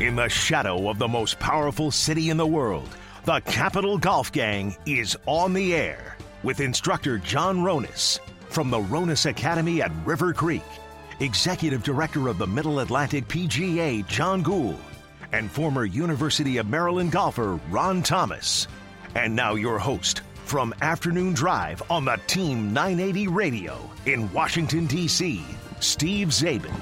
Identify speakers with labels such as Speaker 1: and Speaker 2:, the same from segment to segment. Speaker 1: In the shadow of the most powerful city in the world, the Capital Golf Gang is on the air with instructor John Ronis from the Ronis Academy at River Creek, Executive Director of the Middle Atlantic PGA, John Gould, and former University of Maryland golfer Ron Thomas. And now your host from Afternoon Drive on the Team 980 Radio in Washington, D.C., Steve Zabin.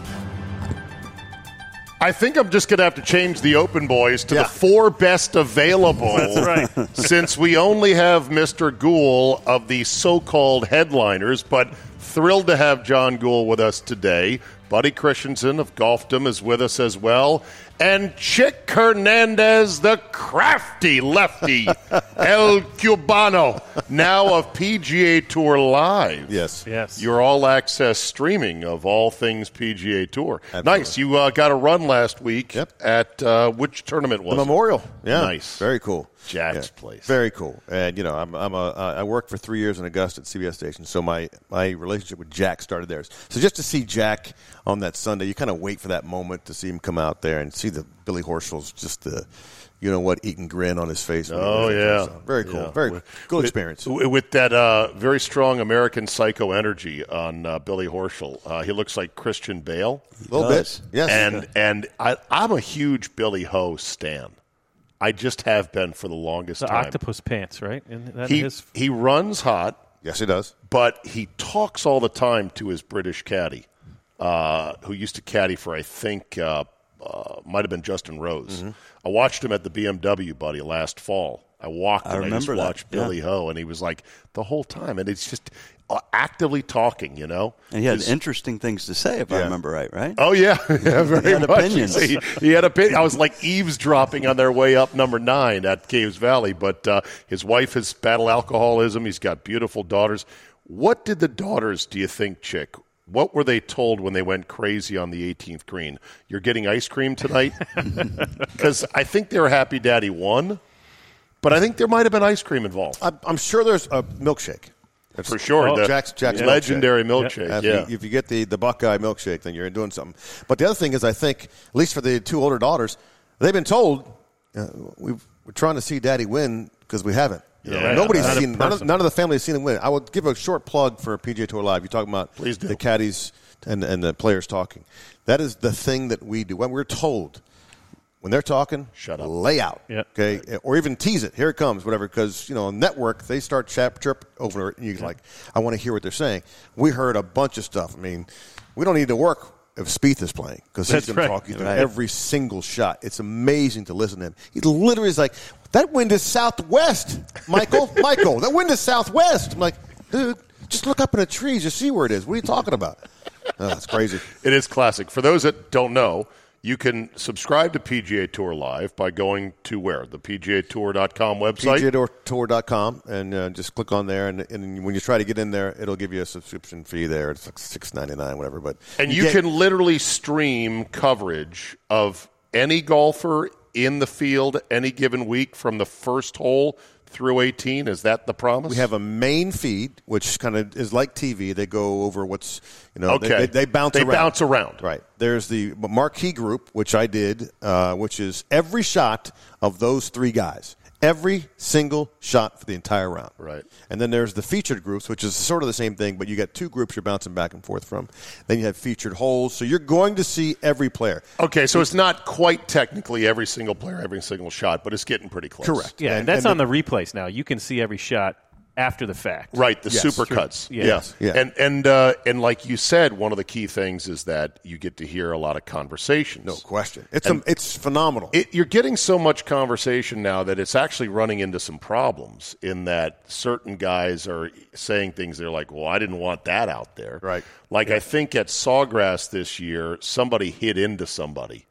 Speaker 2: I think I'm just going to have to change the open boys to the four best available.
Speaker 3: That's right.
Speaker 2: since we only have Mr. Gould of the so called headliners, but thrilled to have John Gould with us today. Buddy Christensen of Golfdom is with us as well. And Chick Hernandez, the crafty lefty, El Cubano, now of PGA Tour Live.
Speaker 4: Yes.
Speaker 3: Yes.
Speaker 2: Your all access streaming of all things PGA Tour. Nice. You uh, got a run last week
Speaker 4: Yep.
Speaker 2: at uh, which tournament was
Speaker 4: The
Speaker 2: it?
Speaker 4: memorial. Yeah.
Speaker 2: Nice.
Speaker 4: Very cool.
Speaker 2: Jack's
Speaker 4: Yeah.
Speaker 2: place.
Speaker 4: Very cool. And you know, I'm I'm a uh, I worked for three years in Augusta at CBS station, so my my relationship with Jack started there. So just to see Jack on that Sunday, you kind of wait for that moment to see him come out there and see the Billy Horschel's just the you know what eating grin on his face. when he
Speaker 2: Oh
Speaker 4: does it.
Speaker 2: yeah,
Speaker 4: So, very cool,
Speaker 2: Yeah.
Speaker 4: very
Speaker 2: With-
Speaker 4: cool
Speaker 2: with-
Speaker 4: experience.
Speaker 2: w- with that uh, very strong American psycho energy on uh, Billy Horschel. Uh, he looks like Christian Bale
Speaker 4: A little bit, yes.
Speaker 2: and and I, I'm a huge Billy Ho stan. I just have been for the longest
Speaker 3: The
Speaker 2: time.
Speaker 3: octopus pants, right? And that
Speaker 2: he
Speaker 3: his
Speaker 2: he runs hot.
Speaker 4: yes, he does.
Speaker 2: but he talks all the time to his British caddy, uh, who used to caddy for I think uh, uh, might have been Justin Rose.
Speaker 5: Mm-hmm.
Speaker 2: I watched him at the BMW buddy last fall. I walked and I, just
Speaker 5: remember that,
Speaker 2: watched Billy Ho, and he was like the whole time, and it's just uh, actively talking, you know.
Speaker 5: And he had
Speaker 2: His-
Speaker 5: interesting things to say, if I remember right, right?
Speaker 2: Oh yeah, yeah, very
Speaker 5: had
Speaker 2: much.
Speaker 5: opinions.
Speaker 2: He, he had opinions. I was like eavesdropping on their way up number nine at Caves Valley. But uh, his wife has battled alcoholism. He's got beautiful daughters. What did the daughters? Do you think, chick? What were they told when they went crazy on the 18th green? You're getting ice cream tonight, because I think they were happy Daddy won, but I think there might have been ice cream involved
Speaker 4: I'm, I'm sure there's a milkshake. That's-
Speaker 2: for sure.
Speaker 4: Oh,
Speaker 2: The
Speaker 4: Jack's- Jack's
Speaker 2: legendary
Speaker 3: milkshake.
Speaker 2: milkshake.
Speaker 4: If,
Speaker 2: Yeah,
Speaker 4: you, if you get the, the Buckeye milkshake, then you're doing something. But the other thing is, I think, at least for the two older daughters, they've been told uh, we've, we're trying to see Daddy win because we haven't. You know,
Speaker 2: Yeah,
Speaker 4: nobody's
Speaker 3: not in
Speaker 4: seen none of,
Speaker 3: person.
Speaker 4: none of the family has seen him win. I will give a short plug for PGA Tour Live. You're talking about
Speaker 2: Please do.
Speaker 4: the caddies and and the players talking. That is the thing that we do when we're told. When they're talking,
Speaker 2: Shut up.
Speaker 4: Lay out,
Speaker 3: Yeah.
Speaker 4: okay, or even tease it. Here it comes, whatever. Because you know, on network they start chap chirp over. it, And you like, I want to hear what they're saying. We heard a bunch of stuff. I mean, we don't need to work if Spieth is playing because he's
Speaker 3: That's
Speaker 4: going
Speaker 3: right.
Speaker 4: to talk you through
Speaker 5: Right.
Speaker 4: every single shot. It's amazing to listen to him. He literally is like, that wind is southwest, Michael. Michael, that wind is southwest. I'm like, dude, just look up in the trees. You see where it is. What are you talking about? Oh, that's crazy.
Speaker 2: It is classic. For those that don't know, you can subscribe to PGA Tour Live by going to where? The PGAtour.com website.
Speaker 4: PGAtour.com and uh, just click on there. And, and when you try to get in there, it'll give you a subscription fee there. It's like six ninety nine, whatever. But
Speaker 2: and you,
Speaker 4: get-
Speaker 2: can literally stream coverage of any golfer in the field any given week from the first hole through 18. Is that the promise?
Speaker 4: We have a main feed, which kind of is like TV. They go over what's you know. they-
Speaker 2: Okay.
Speaker 4: They, they bounce.
Speaker 2: They
Speaker 4: around.
Speaker 2: bounce around.
Speaker 4: Right. There's the marquee group, which I did, uh, which is every shot of those three guys, every single shot for the entire round.
Speaker 2: Right.
Speaker 4: And then there's the featured groups, which is sort of the same thing, but you got two groups you're bouncing back and forth from. Then you have featured holes, so you're going to see every player.
Speaker 2: Okay, so it's not quite technically every single player, every single shot, but it's getting pretty close.
Speaker 4: Correct.
Speaker 3: yeah,
Speaker 4: And-
Speaker 3: that's
Speaker 4: and
Speaker 3: on the, replays now. You can see every shot after the fact.
Speaker 2: Right, the
Speaker 4: Yes.
Speaker 2: super cuts.
Speaker 3: Yeah.
Speaker 2: Yes.
Speaker 4: Yeah.
Speaker 2: And and uh, and like you said, one of the key things is that you get to hear a lot of conversations.
Speaker 4: No question. It's um it's phenomenal.
Speaker 2: it, you're getting so much conversation now that it's actually running into some problems in that certain guys are saying things they're like, well, I didn't want that out there.
Speaker 4: Right.
Speaker 2: Like, I think at Sawgrass this year, somebody hit into somebody,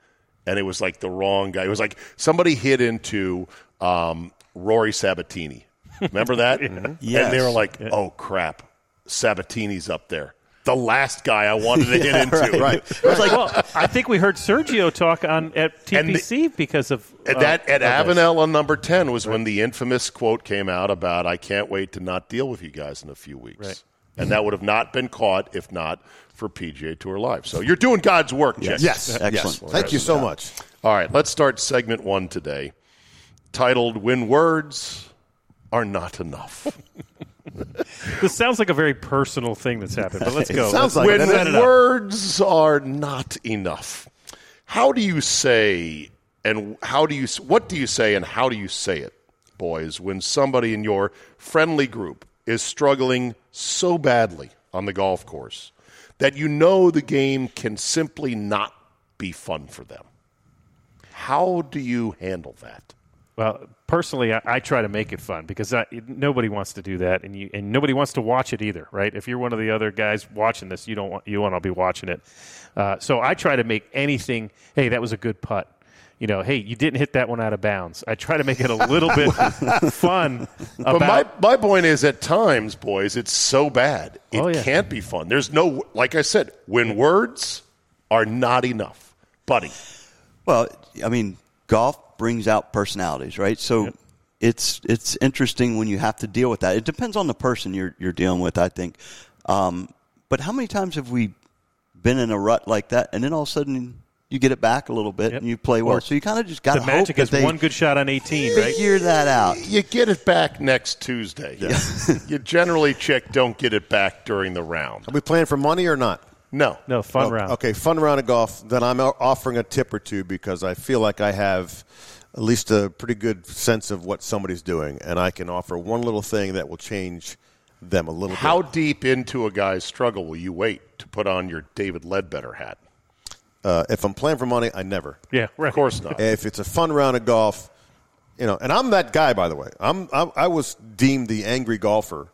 Speaker 2: and it was like the wrong guy. It was like somebody hit into um, Rory Sabatini. Remember that? And they were
Speaker 5: Yes.
Speaker 2: like, oh, crap, Sabatini's up there. The last guy I wanted to hit into.
Speaker 4: right.
Speaker 3: It was like, well, I think we heard Sergio talk on at
Speaker 2: And the-
Speaker 3: TPC because of
Speaker 2: At
Speaker 3: uh,
Speaker 2: that at
Speaker 3: of this.
Speaker 2: Avenel on number ten was when the infamous quote came out about "I can't wait to not deal with you guys in a few weeks,"
Speaker 3: Right.
Speaker 2: and that would have not been caught if not for PGA Tour Live. So you're doing God's work, Jess.
Speaker 4: yes.
Speaker 5: Excellent.
Speaker 4: Yes. Thank you so much.
Speaker 2: All right, let's start segment one today, titled When Words Are Not Enough.
Speaker 3: This sounds like a very personal thing that's happened, but let's go.
Speaker 4: sounds
Speaker 3: Let's-
Speaker 4: like
Speaker 2: when
Speaker 4: it.
Speaker 3: set up.
Speaker 2: words are not enough, how do you say and how do you what do you say and how do you say it, boys, when somebody in your friendly group is struggling so badly on the golf course that you know the game can simply not be fun for them? How do you handle that?
Speaker 3: Well, personally, I, I try to make it fun because I, nobody wants to do that, and you and nobody wants to watch it either, right? If you're one of the other guys watching this, you don't want you want to be watching it. Uh, so I try to make anything. Hey, that was a good putt. You know, hey, you didn't hit that one out of bounds. I try to make it a little bit fun. About,
Speaker 2: But my, my point is, at times, boys, it's so bad. It
Speaker 3: Oh, yeah.
Speaker 2: can't be fun. There's no, like I said, when words are not enough. Buddy,
Speaker 5: Well, I mean, golf brings out personalities, right? So it's it's interesting when you have to deal with that. It depends on the person you're you're dealing with, I think. Um, but how many times have we been in a rut like that, and then all of a sudden you get it back a little bit and you play well? so you kind of just got
Speaker 3: the
Speaker 5: to hope
Speaker 3: magic
Speaker 5: that
Speaker 3: is
Speaker 5: they
Speaker 3: one good shot on 18, right?
Speaker 5: figure that out.
Speaker 2: uh, you get it back next Tuesday. you generally, chick, don't get it back during the round.
Speaker 4: Are we playing for money or not?
Speaker 2: No.
Speaker 3: No, fun
Speaker 4: Oh,
Speaker 3: round.
Speaker 4: Okay, fun round of golf. Then I'm o- offering a tip or two because I feel like I have at least a pretty good sense of what somebody's doing, and I can offer one little thing that will change them a little
Speaker 2: How
Speaker 4: bit.
Speaker 2: deep into a guy's struggle will you wait to put on your David Ledbetter hat?
Speaker 4: Uh, if I'm playing for money, I never.
Speaker 3: Yeah, right.
Speaker 2: Of course not.
Speaker 4: If it's a fun round of golf, you know, and I'm that guy, by the way. I'm, I'm I was deemed the angry golfer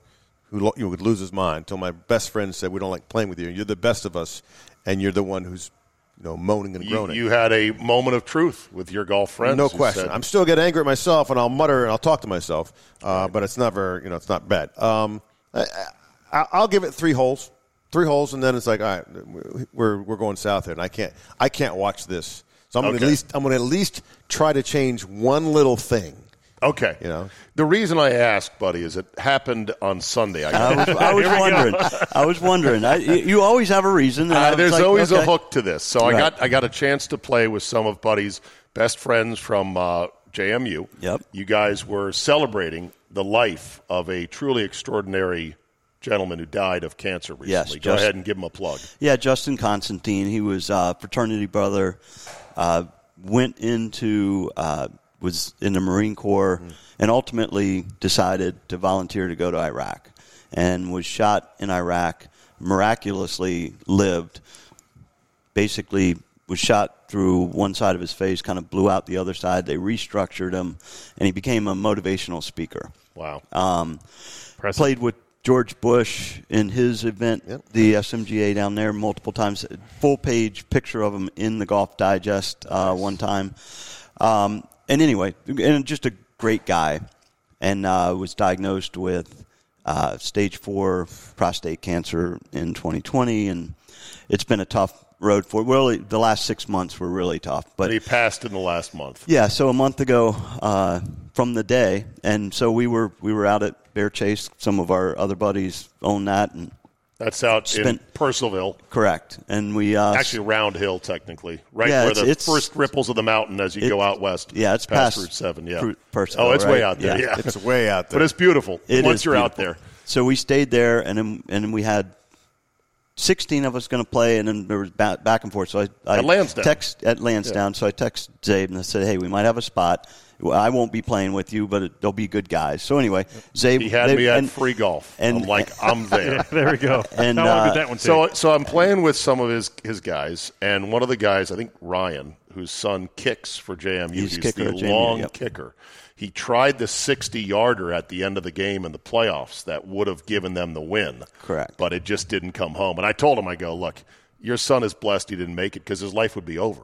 Speaker 4: who lo- you would lose his mind until my best friend said, "We don't like playing with you. You're the best of us, and you're the one who's you know moaning and
Speaker 2: You,
Speaker 4: groaning."
Speaker 2: you had a moment of truth with your golf friends.
Speaker 4: no
Speaker 2: who
Speaker 4: question.
Speaker 2: said-
Speaker 4: I'm still get angry at myself, and I'll mutter and I'll talk to myself. Uh, but it's never, you know, it's not bad. Um, I, I- I'll give it three holes, three holes, and then it's like, all right, we're we're going south here, and I can't I can't watch this. So I'm gonna
Speaker 2: Okay.
Speaker 4: at least I'm gonna at least try to change one little thing.
Speaker 2: okay.
Speaker 4: You know.
Speaker 2: The reason I asked, buddy, is it happened on Sunday. I
Speaker 3: Oh,
Speaker 5: I was, I was wondering. I was wondering. I, you you always have a reason. and I
Speaker 2: Uh,
Speaker 5: was
Speaker 2: there's
Speaker 5: Um, like,
Speaker 2: always a
Speaker 5: okay.
Speaker 2: hook to this. So I
Speaker 5: Right.
Speaker 2: got I got a chance to play with some of Buddy's best friends from uh, JMU.
Speaker 5: Yep.
Speaker 2: You guys were celebrating the life of a truly extraordinary gentleman who died of cancer recently.
Speaker 5: Yes,
Speaker 2: Go
Speaker 5: just-
Speaker 2: ahead and give him a plug.
Speaker 5: Yeah, Justin Constantine. He was uh, fraternity brother. Uh, went into uh, was in the Marine Corps and ultimately decided to volunteer to go to Iraq and was shot in Iraq. Miraculously lived. Basically, was shot through one side of his face, kind of blew out the other side. They restructured him, and he became a motivational speaker.
Speaker 2: Wow.
Speaker 5: Uh,
Speaker 3: Impressive.
Speaker 5: Um, Played with George Bush in his event, the SMGA down there, multiple times. Full page picture of him in the Golf Digest uh, one time. Um, and anyway, and just a great guy, and uh, was diagnosed with uh, stage four prostate cancer in 2020, and it's been a tough road for. Really, the last six months were really tough, but
Speaker 2: but he passed in the last month.
Speaker 5: yeah, so a month ago uh, from the day, and so we were we were out at Bear Chase. Some of our other buddies own that, and
Speaker 2: That's out in
Speaker 5: Spent-
Speaker 2: Purcellville.
Speaker 5: correct. And we uh,
Speaker 2: Actually, Round Hill, technically, right
Speaker 5: Yeah,
Speaker 2: where
Speaker 5: it's-
Speaker 2: the
Speaker 5: it's-
Speaker 2: first ripples of the mountain as you go out west.
Speaker 5: yeah, it's
Speaker 2: past,
Speaker 5: past
Speaker 2: Route Seven. Yeah,
Speaker 5: Pru- Purcellville,
Speaker 2: oh, it's way
Speaker 5: right?
Speaker 2: out there. Yeah,
Speaker 5: Yeah.
Speaker 4: It's way out there.
Speaker 2: but it's beautiful
Speaker 5: it
Speaker 2: once
Speaker 5: is
Speaker 2: you're out there.
Speaker 5: beautiful. So we stayed there, and then and then we had sixteen of us going to play, and then there was back, back and forth. So I, I
Speaker 2: At Lansdowne.
Speaker 5: text at Lansdowne. So I text Zabe and I said, "Hey, we might have a spot. Well, I won't be playing with you, but it, they'll be good guys." So anyway, Zabe
Speaker 2: He had
Speaker 5: they-
Speaker 2: me at
Speaker 5: and-
Speaker 2: free golf.
Speaker 5: and-
Speaker 2: I'm like, I'm there.
Speaker 3: there we go.
Speaker 5: And,
Speaker 3: How long did
Speaker 5: uh,
Speaker 3: that one take?
Speaker 2: So, so I'm playing with some of his his guys, and one of the guys, I think Ryan, whose son kicks for JMU,
Speaker 5: He's kicker
Speaker 2: the
Speaker 5: at JMU,
Speaker 2: long
Speaker 5: yep.
Speaker 2: kicker. He tried the 60 yarder at the end of the game in the playoffs that would have given them the win.
Speaker 5: Correct.
Speaker 2: but it just didn't come home. And I told him, I go, look, your son is blessed he didn't make it because his life would be over.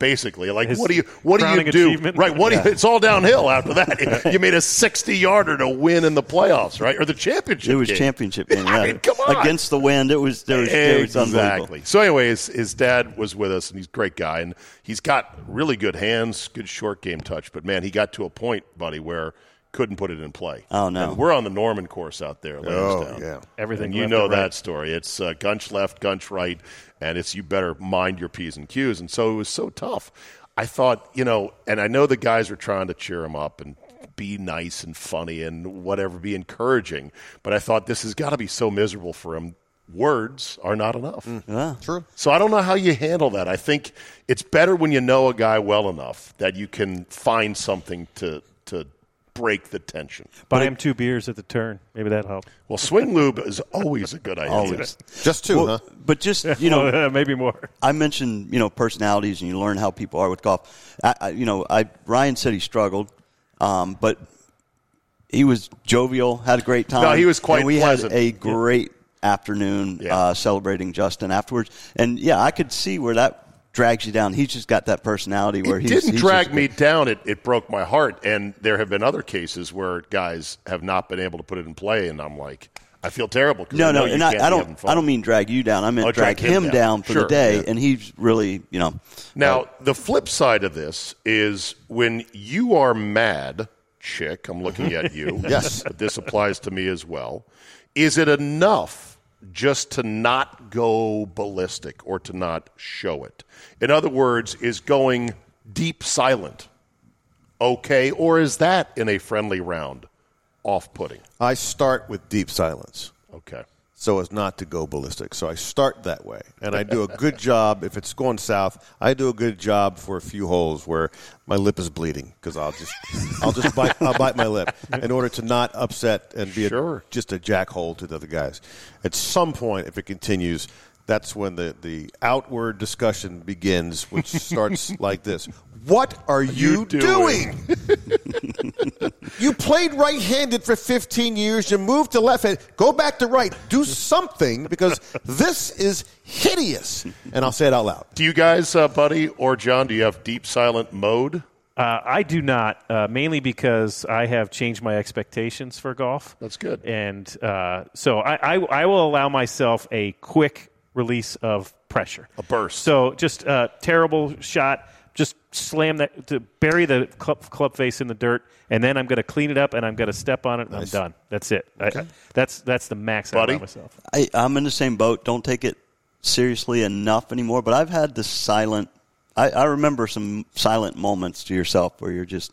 Speaker 2: Basically, like
Speaker 3: His
Speaker 2: what do you what do you
Speaker 3: crowning
Speaker 2: do
Speaker 3: achievement?
Speaker 2: right? What do you, it's all downhill after that. you made a sixty yarder to win in the playoffs, right, or the championship?
Speaker 5: It was
Speaker 2: game.
Speaker 5: championship game. Yeah.
Speaker 2: I mean, come on,
Speaker 5: Against the wind, it was there was, there was unbelievable.
Speaker 2: exactly. So, anyways, his dad was with us, and he's a great guy, and he's got really good hands, good short game touch. But man, he got to a point, buddy, where couldn't put it in play.
Speaker 5: Oh, no.
Speaker 2: And we're on the Norman course out there. at
Speaker 4: oh
Speaker 2: Lansdowne.
Speaker 4: yeah.
Speaker 3: Everything
Speaker 2: And you
Speaker 3: left
Speaker 2: know
Speaker 3: and
Speaker 2: that
Speaker 3: right.
Speaker 2: story. It's uh, gunch left, gunch right, and it's you better mind your p's and q's. And so it was so tough. I thought, you know, and I know the guys were trying to cheer him up and be nice and funny and whatever, be encouraging, but I thought this has got to be so miserable for him. Words are not enough.
Speaker 5: Mm, Yeah.
Speaker 4: True.
Speaker 2: So I don't know how you handle that. I think it's better when you know a guy well enough that you can find something to to break the tension.
Speaker 3: Buy him two beers at the turn. Maybe that help.
Speaker 2: Well, swing lube is always a good idea.
Speaker 5: Always.
Speaker 4: Just two,
Speaker 5: Well,
Speaker 4: huh?
Speaker 5: but just you know,
Speaker 3: maybe more.
Speaker 5: I mentioned you know personalities, and you learn how people are with golf. I, I, you know, I Ryan said he struggled, um, but he was jovial, had a great time.
Speaker 2: No, he was quite
Speaker 5: And we
Speaker 2: pleasant.
Speaker 5: had a great afternoon
Speaker 2: Yeah.
Speaker 5: uh, celebrating Justin afterwards, and yeah, I could see where that drags you down. He's just got that personality where
Speaker 2: it
Speaker 5: he's,
Speaker 2: didn't
Speaker 5: he's
Speaker 2: drag
Speaker 5: just-
Speaker 2: me down. It, it broke my heart. And there have been other cases where guys have not been able to put it in play, and I'm like, I feel terrible. 'cause
Speaker 5: No,
Speaker 2: I know
Speaker 5: no,
Speaker 2: you
Speaker 5: and I,
Speaker 2: can't
Speaker 5: I
Speaker 2: be having
Speaker 5: don't.
Speaker 2: fun.
Speaker 5: I don't mean drag you down. I meant
Speaker 2: Oh,
Speaker 5: drag, him, down, for
Speaker 2: Sure,
Speaker 5: the day,
Speaker 2: yeah.
Speaker 5: and he's really, you know,
Speaker 2: Now, the flip side of this is when you are mad, chick, I'm looking at you. yes. But this applies to me as well. Is it enough just to not go ballistic or to not show it? In other words, is going deep silent okay, or is that in a friendly round off putting?
Speaker 4: I start with deep silence.
Speaker 2: Okay.
Speaker 4: so as not to go ballistic. So I start that way, and I do a good job. If it's going south, I do a good job for a few holes where my lip is bleeding because I'll just I'll just bite I'll bite my lip in order to not upset and be a-
Speaker 2: Sure.
Speaker 4: just a jackhole to the other guys. At some point, if it continues. That's when the, the outward discussion begins, which starts like this. What are you,
Speaker 2: you doing?
Speaker 4: doing? You played right handed for 15 years. You moved to left hand. Go back to right. Do something because this is hideous. And I'll say it out loud.
Speaker 2: Do you guys, uh, Buddy or John, do you have deep silent mode?
Speaker 3: Uh, I do not, uh, mainly because I have changed my expectations for golf.
Speaker 2: That's good.
Speaker 3: And uh, so I, I, I will allow myself a quick release of pressure,
Speaker 2: A burst.
Speaker 3: So just uh, terrible shot. Just slam that to bury the club, club face in the dirt, and then I'm going to clean it up, and I'm going to step on it, and I'm done. That's it. I- that's that's the max I
Speaker 2: Buddy?
Speaker 3: allow myself.
Speaker 5: I, I'm in the same boat. Don't take it seriously enough anymore. But I've had the silent. I, I remember some silent moments to yourself where you're just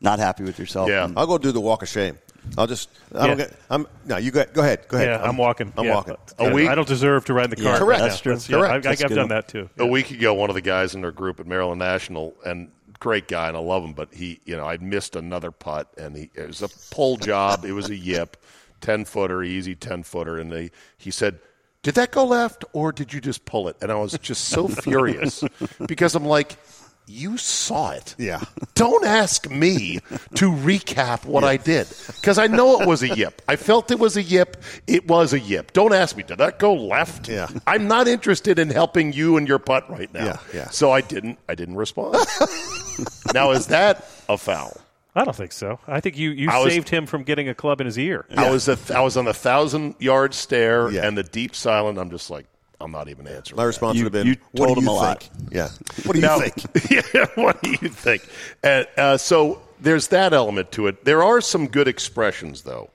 Speaker 5: not happy with yourself.
Speaker 2: Yeah.
Speaker 5: And
Speaker 4: I'll go do the walk of shame. I'll just. I don't
Speaker 3: Yeah.
Speaker 4: get, I'm, no, you go, go ahead. Go ahead. Um,
Speaker 3: Yeah, I'm, walking.
Speaker 4: I'm
Speaker 3: Yeah.
Speaker 4: walking.
Speaker 2: A week-
Speaker 3: I don't deserve to ride in the car.
Speaker 4: correct.
Speaker 3: right
Speaker 5: That's
Speaker 3: now.
Speaker 5: true.
Speaker 3: yeah,
Speaker 4: Correct.
Speaker 3: I, I,
Speaker 4: That's
Speaker 3: I've
Speaker 4: good.
Speaker 3: done that too.
Speaker 2: a week ago one of the guys in their group at maryland national and great guy and i love him but he you know i missed another putt and he it was a pull job it was a yip 10 footer easy 10 footer and they, he said did that go left or did you just pull it and i was just so furious because i'm like you saw it
Speaker 4: Yeah.
Speaker 2: don't ask me to recap what I did because I know it was a yip. I felt it was a yip. It was a yip. Don't ask me. Did that go left?
Speaker 4: Yeah.
Speaker 2: I'm not interested in helping you and your putt right now.
Speaker 4: Yeah, yeah.
Speaker 2: So I didn't. I didn't respond. now is that a foul?
Speaker 3: I don't think so. I think you, you
Speaker 2: I was-
Speaker 3: saved him from getting a club in his ear.
Speaker 2: I was a, I was on the thousand yard stare
Speaker 4: Yeah.
Speaker 2: and the deep silent. I'm just like I'm not even answering.
Speaker 4: My response
Speaker 5: You-
Speaker 4: would have been,
Speaker 5: you
Speaker 4: what
Speaker 5: told
Speaker 4: do you
Speaker 5: him a lot.
Speaker 4: think? Yeah. What do you
Speaker 2: Now-
Speaker 4: think?
Speaker 2: yeah, what do you think? Uh, uh, so there's that element to it. There are some good expressions though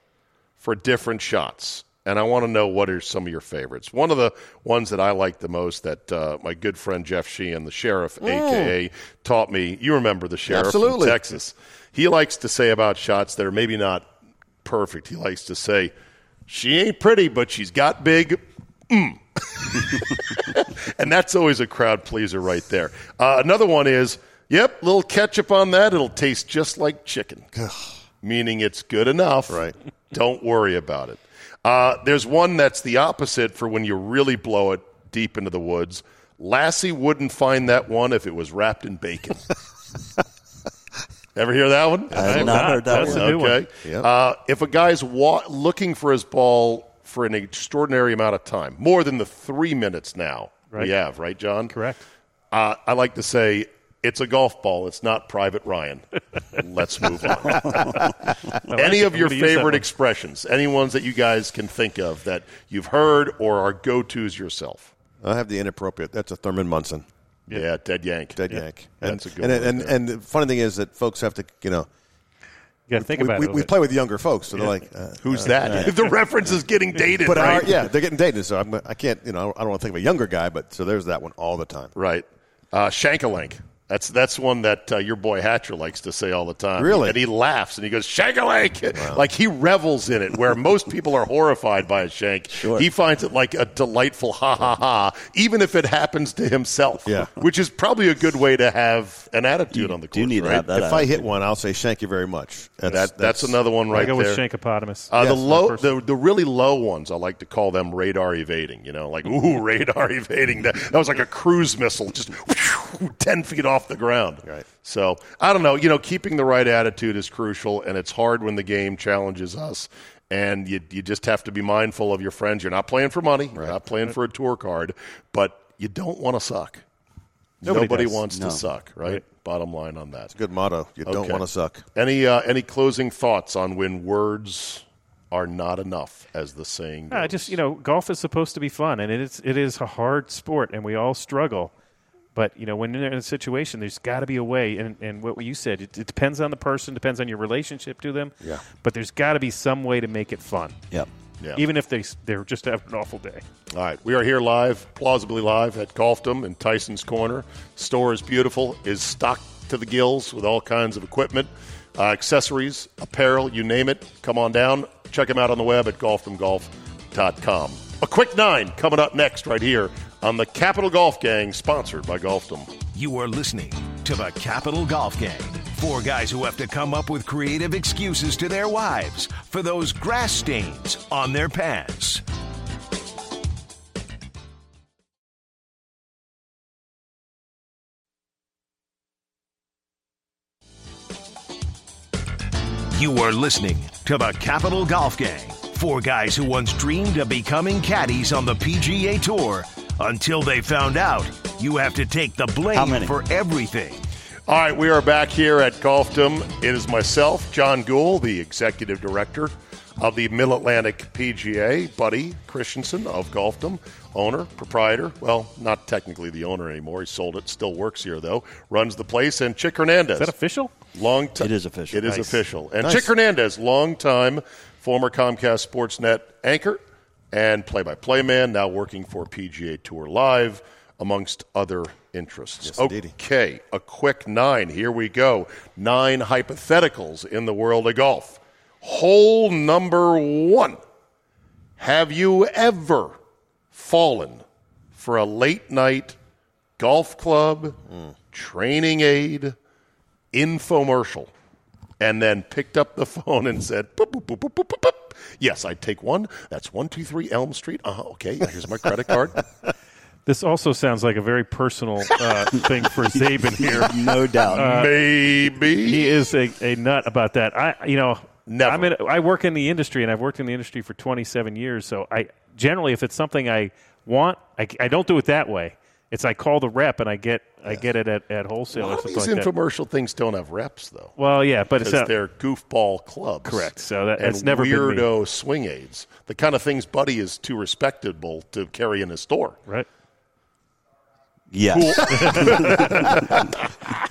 Speaker 2: for different shots, and I want to know what are some of your favorites. One of the ones that I like the most that uh, my good friend Jeff Sheehan, the sheriff, aka, taught me. You remember the sheriff
Speaker 4: Mm. Absolutely.
Speaker 2: from Texas? He likes to say about shots that are maybe not perfect. He likes to say, "She ain't pretty, but she's got big." and that's always a crowd pleaser right there. Uh, another one is, yep, little ketchup on that. It'll taste just like chicken, meaning it's good enough.
Speaker 4: Right.
Speaker 2: Don't worry about it. Uh, there's one that's the opposite for when you really blow it deep into the woods. Lassie wouldn't find that one if it was wrapped in bacon. Ever hear that one?
Speaker 5: I have not heard that
Speaker 3: That's
Speaker 5: one.
Speaker 3: a new one.
Speaker 2: okay. Uh, if a guy's wa- looking for his ball for an extraordinary amount of time, more than the three minutes now
Speaker 3: Right.
Speaker 2: we have, right, John?
Speaker 3: Correct.
Speaker 2: Uh, I like to say it's a golf ball. It's not Private Ryan. Let's move on. Any
Speaker 3: it.
Speaker 2: of
Speaker 3: I'm
Speaker 2: your
Speaker 3: gonna use that
Speaker 2: favorite
Speaker 3: one.
Speaker 2: expressions? Any ones that you guys can think of that you've heard or are go tos yourself?
Speaker 4: I have the inappropriate. That's a Thurman Munson.
Speaker 2: Yeah, dead yank.
Speaker 4: Dead yank. And,
Speaker 2: That's a good
Speaker 4: and,
Speaker 2: one.
Speaker 4: And, and, the funny thing is that folks have to, you know,
Speaker 3: You got to think
Speaker 4: we,
Speaker 3: about
Speaker 4: we,
Speaker 3: it. a
Speaker 4: we
Speaker 3: bit.
Speaker 4: play with younger folks, so they're like, uh,
Speaker 2: Who's that? the reference is getting dated,
Speaker 4: But
Speaker 2: right?
Speaker 4: our, yeah, they're getting dated, so I'm, I can't. You know, I don't want to think of a younger guy, but so there's that one all the time.
Speaker 2: Right. Uh, Shankalink. That's that's one that uh, your boy Hatcher likes to say all the time.
Speaker 4: Really?
Speaker 2: and he laughs and he goes shank a lake, like he revels in it. Where most people are horrified by a shank, he finds it like a delightful ha ha ha, even if it happens to himself.
Speaker 4: Yeah.
Speaker 2: which is probably a good way to have an attitude on the course.
Speaker 5: do need to
Speaker 2: right?
Speaker 5: have that
Speaker 4: If I hit one, I'll say "Thank you very much." And
Speaker 2: That's, that's another one
Speaker 3: I
Speaker 2: right
Speaker 3: go
Speaker 2: there.
Speaker 3: with Shankopotamus.
Speaker 2: Uh, the
Speaker 4: Yes,
Speaker 2: low,
Speaker 3: first-
Speaker 2: the, the really low ones, I like to call them radar evading. You know, like ooh, radar evading. That, that was like a cruise missile, just ten feet off the ground. Right. So I don't know. You know, keeping the right attitude is crucial, and it's hard when the game challenges us. And you you just have to be mindful of your friends. You're not playing for money. You're not playing for a tour card, but you don't want to suck.
Speaker 3: Nobody does.
Speaker 2: wants to suck, right? Bottom line on that.
Speaker 4: good motto. You don't
Speaker 2: Okay.
Speaker 4: want to suck.
Speaker 2: Any uh, any closing thoughts on when words are not enough, as the saying goes?
Speaker 3: Yeah, Ah, just you know, golf is supposed to be fun, and it is it is a hard sport, and we all struggle. But you know, when you're in a situation, there's got to be a way. And, and what you said, it, it depends on the person, depends on your relationship to them. Yeah. But there's got to be some way to make it fun,
Speaker 5: Yep.
Speaker 2: Yeah.
Speaker 3: even if they s- they're just having an awful day.
Speaker 2: All right, we are here live, plausibly live at Golfdom in Tyson's Corner. Store is beautiful, is stocked to the gills with all kinds of equipment, uh, accessories, apparel, you name it. Come on down, check them out on the web at golfdomgolf.com. A quick nine coming up next right here on the Capital Golf Gang, sponsored by Golfdom.
Speaker 1: You are listening to the Capital Golf Gang. Four guys who have to come up with creative excuses to their wives for those grass stains on their pants. You are listening to the Capital Golf Gang. Four guys who once dreamed of becoming caddies on the PGA Tour until they found out you have to take the
Speaker 5: How
Speaker 1: blame
Speaker 5: many?
Speaker 1: for everything.
Speaker 2: All right, we are back here at Golfdom. It is myself, John Gould, the executive director of the Mid Atlantic PGA, Buddy Christensen of Golfdom, owner, proprietor. Well, not technically the owner anymore. He sold it, still works here though, runs the place, and Chick Hernandez.
Speaker 3: Is that official?
Speaker 2: Long time.
Speaker 5: It is official.
Speaker 2: It is
Speaker 5: Nice.
Speaker 2: official. And Chick Hernandez, long time former Comcast Sportsnet anchor and play-by-play man, now working for PGA Tour Live, amongst other interests.
Speaker 4: indeedy.
Speaker 2: okay, a quick nine. Here we go. Nine hypotheticals in the world of golf. Hole number one. Have you ever fallen for a late night golf club,
Speaker 5: Hmm.
Speaker 2: training aid, infomercial, and then picked up the phone and said, boop, boop, boop, boop, boop, boop, boop. Yes, I take one. That's 123 Elm Street. Uh huh. Okay. Here's my credit card.
Speaker 3: This also sounds like a very personal uh, thing for Zabin here.
Speaker 5: No doubt.
Speaker 2: Uh, Maybe.
Speaker 3: Uh, He is a, a nut about that. I you know
Speaker 2: Never.
Speaker 3: I'm in, I work in the industry and I've worked in the industry for 27 years. So I generally, if it's something I want, I, I don't do it that way. It's I call the rep and I get I get it at, at
Speaker 2: A
Speaker 3: wholesale or
Speaker 2: lot of
Speaker 3: something
Speaker 2: these
Speaker 3: like that.
Speaker 2: infomercial things don't have reps, though.
Speaker 3: Well, yeah, but it's
Speaker 2: because
Speaker 3: not,
Speaker 2: they're goofball clubs.
Speaker 3: Correct. So that-
Speaker 2: and
Speaker 3: that's never been
Speaker 2: weirdo
Speaker 3: me.
Speaker 2: swing aids. The kind of things Buddy is too respectable to carry in his store.
Speaker 3: right.
Speaker 5: yes.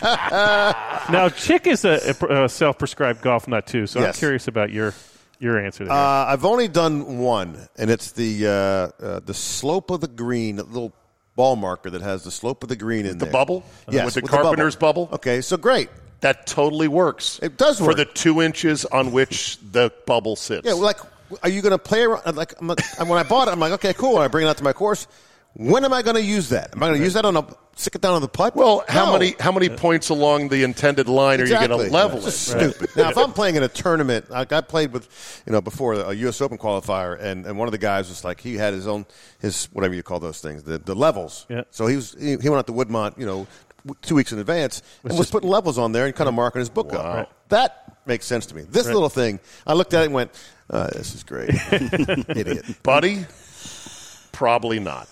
Speaker 3: Now, Chick is a, a, self-prescribed golf nut too. So
Speaker 4: Yes.
Speaker 3: I'm curious about your your answer. There.
Speaker 4: Uh, I've only done one, and it's the uh, uh, the slope of the green, that little ball marker that has the slope of the green in
Speaker 2: The
Speaker 4: there.
Speaker 2: bubble?
Speaker 4: Yes,
Speaker 2: With the
Speaker 4: bubble.
Speaker 2: carpenter's bubble?
Speaker 4: Okay, so great.
Speaker 2: That totally works.
Speaker 4: It does
Speaker 2: For
Speaker 4: work.
Speaker 2: the two inches on which the bubble sits.
Speaker 4: Yeah, like, are you going to play around? Like, I'm like- when I bought it, I'm like, okay, cool. I bring it out to my course. When am I going to use that? Am I going to use that on a stick it down on the putt?
Speaker 2: Well, how
Speaker 4: No.
Speaker 2: many how many
Speaker 5: Uh,
Speaker 2: points along the intended line are you going to level
Speaker 4: It's
Speaker 2: it?
Speaker 4: just Stupid. now, if I'm playing in a tournament, like I played with, you know, before a U.S. Open qualifier, and, and one of the guys was like, he had his own, his whatever you call those things, the, the levels.
Speaker 3: Yeah.
Speaker 4: So he was he, he went out to Woodmont, you know, w- two weeks in advance, and was putting levels on there and kind of marking his book up.
Speaker 2: Right.
Speaker 4: That makes sense to me. This little thing, I looked at it and went, uh, this is great, idiot.
Speaker 2: Buddy, probably not.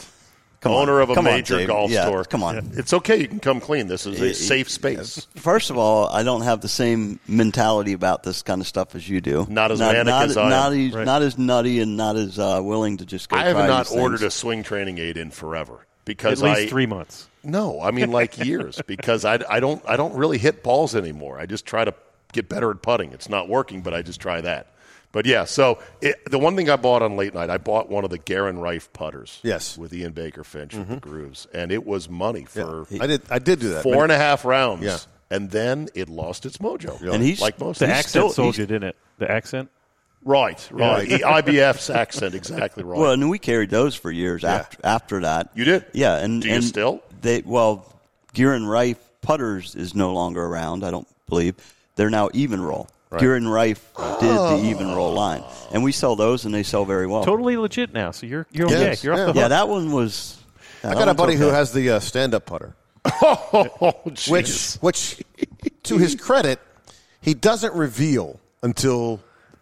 Speaker 5: Come on.
Speaker 2: Owner of a
Speaker 5: Come on,
Speaker 2: major
Speaker 5: Dave.
Speaker 2: golf
Speaker 5: Yeah,
Speaker 2: store.
Speaker 5: come on.
Speaker 2: It's okay. You can come clean. This is a safe space.
Speaker 5: First of all, I don't have the same mentality about this kind of stuff as you do.
Speaker 2: Not as manic
Speaker 5: not,
Speaker 2: as I am.
Speaker 5: Not, as- not as nutty and not as uh, willing to just go.
Speaker 2: I have
Speaker 5: try
Speaker 2: not
Speaker 5: these things.
Speaker 2: ordered a swing training aid in forever
Speaker 3: at
Speaker 2: because
Speaker 3: least
Speaker 2: I
Speaker 3: three months.
Speaker 2: No, I mean like years because I, I don't I don't really hit balls anymore. I just try to get better at putting. It's not working, but I just try that. But yeah, so it, the one thing I bought on late night, I bought one of the Garen Rife putters.
Speaker 4: Yes. Mm-hmm.
Speaker 2: with Ian Baker Finch with the grooves, and it was money for
Speaker 4: I did. I did do that.
Speaker 2: four and a half rounds.
Speaker 4: Yeah.
Speaker 2: and then it lost its mojo.
Speaker 5: And he's-
Speaker 2: like most
Speaker 3: The
Speaker 2: things.
Speaker 3: accent
Speaker 5: still-
Speaker 3: sold
Speaker 5: he's-
Speaker 3: you, didn't it? The accent.
Speaker 2: right, right.
Speaker 4: Yeah.
Speaker 2: IBF's accent exactly right.
Speaker 5: Well, and we carried those for years after after that.
Speaker 2: You did?
Speaker 5: yeah. And
Speaker 2: Do you
Speaker 5: and
Speaker 2: still?
Speaker 5: They well, Gear and Rife putters is no longer around. I don't believe they're now even roll. Gear and Rife did
Speaker 4: Oh.
Speaker 5: the even roll line, and we sell those, and they sell very well.
Speaker 3: Totally legit now. So you're you're okay.
Speaker 4: Yes,
Speaker 3: You're off the hook.
Speaker 5: Yeah, that one was.
Speaker 4: I got a buddy who has the uh, stand-up putter,
Speaker 2: oh,
Speaker 4: which,
Speaker 2: Jesus.
Speaker 4: which, to his credit, he doesn't reveal until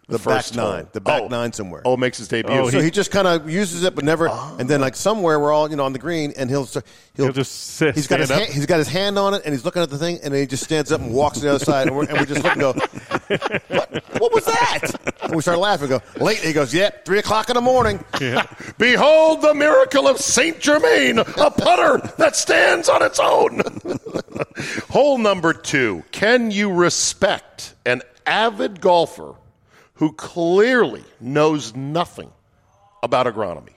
Speaker 4: the, back
Speaker 2: First
Speaker 4: nine,
Speaker 2: hole.
Speaker 4: the back
Speaker 2: Oh.
Speaker 4: nine somewhere.
Speaker 2: Oh, makes his debut.
Speaker 3: Oh,
Speaker 4: so
Speaker 3: he-
Speaker 4: he, just kind of uses it, but never. And then, like somewhere, we're all you know on the green, and he'll he'll,
Speaker 3: He'll just sit-
Speaker 4: he's got his
Speaker 3: stand
Speaker 4: hand,
Speaker 3: up.
Speaker 4: he's got his hand on it, and he's looking at the thing, and then he just stands up and walks to the other side, and we're, and we just look and go, what, "What was that?" And we start laughing. and Go late. and He goes, "Yep, three o'clock in the morning."
Speaker 2: Behold the miracle of Saint Germain, a putter that stands on its own. Hole number two. Can you respect an avid golfer who clearly knows nothing about agronomy?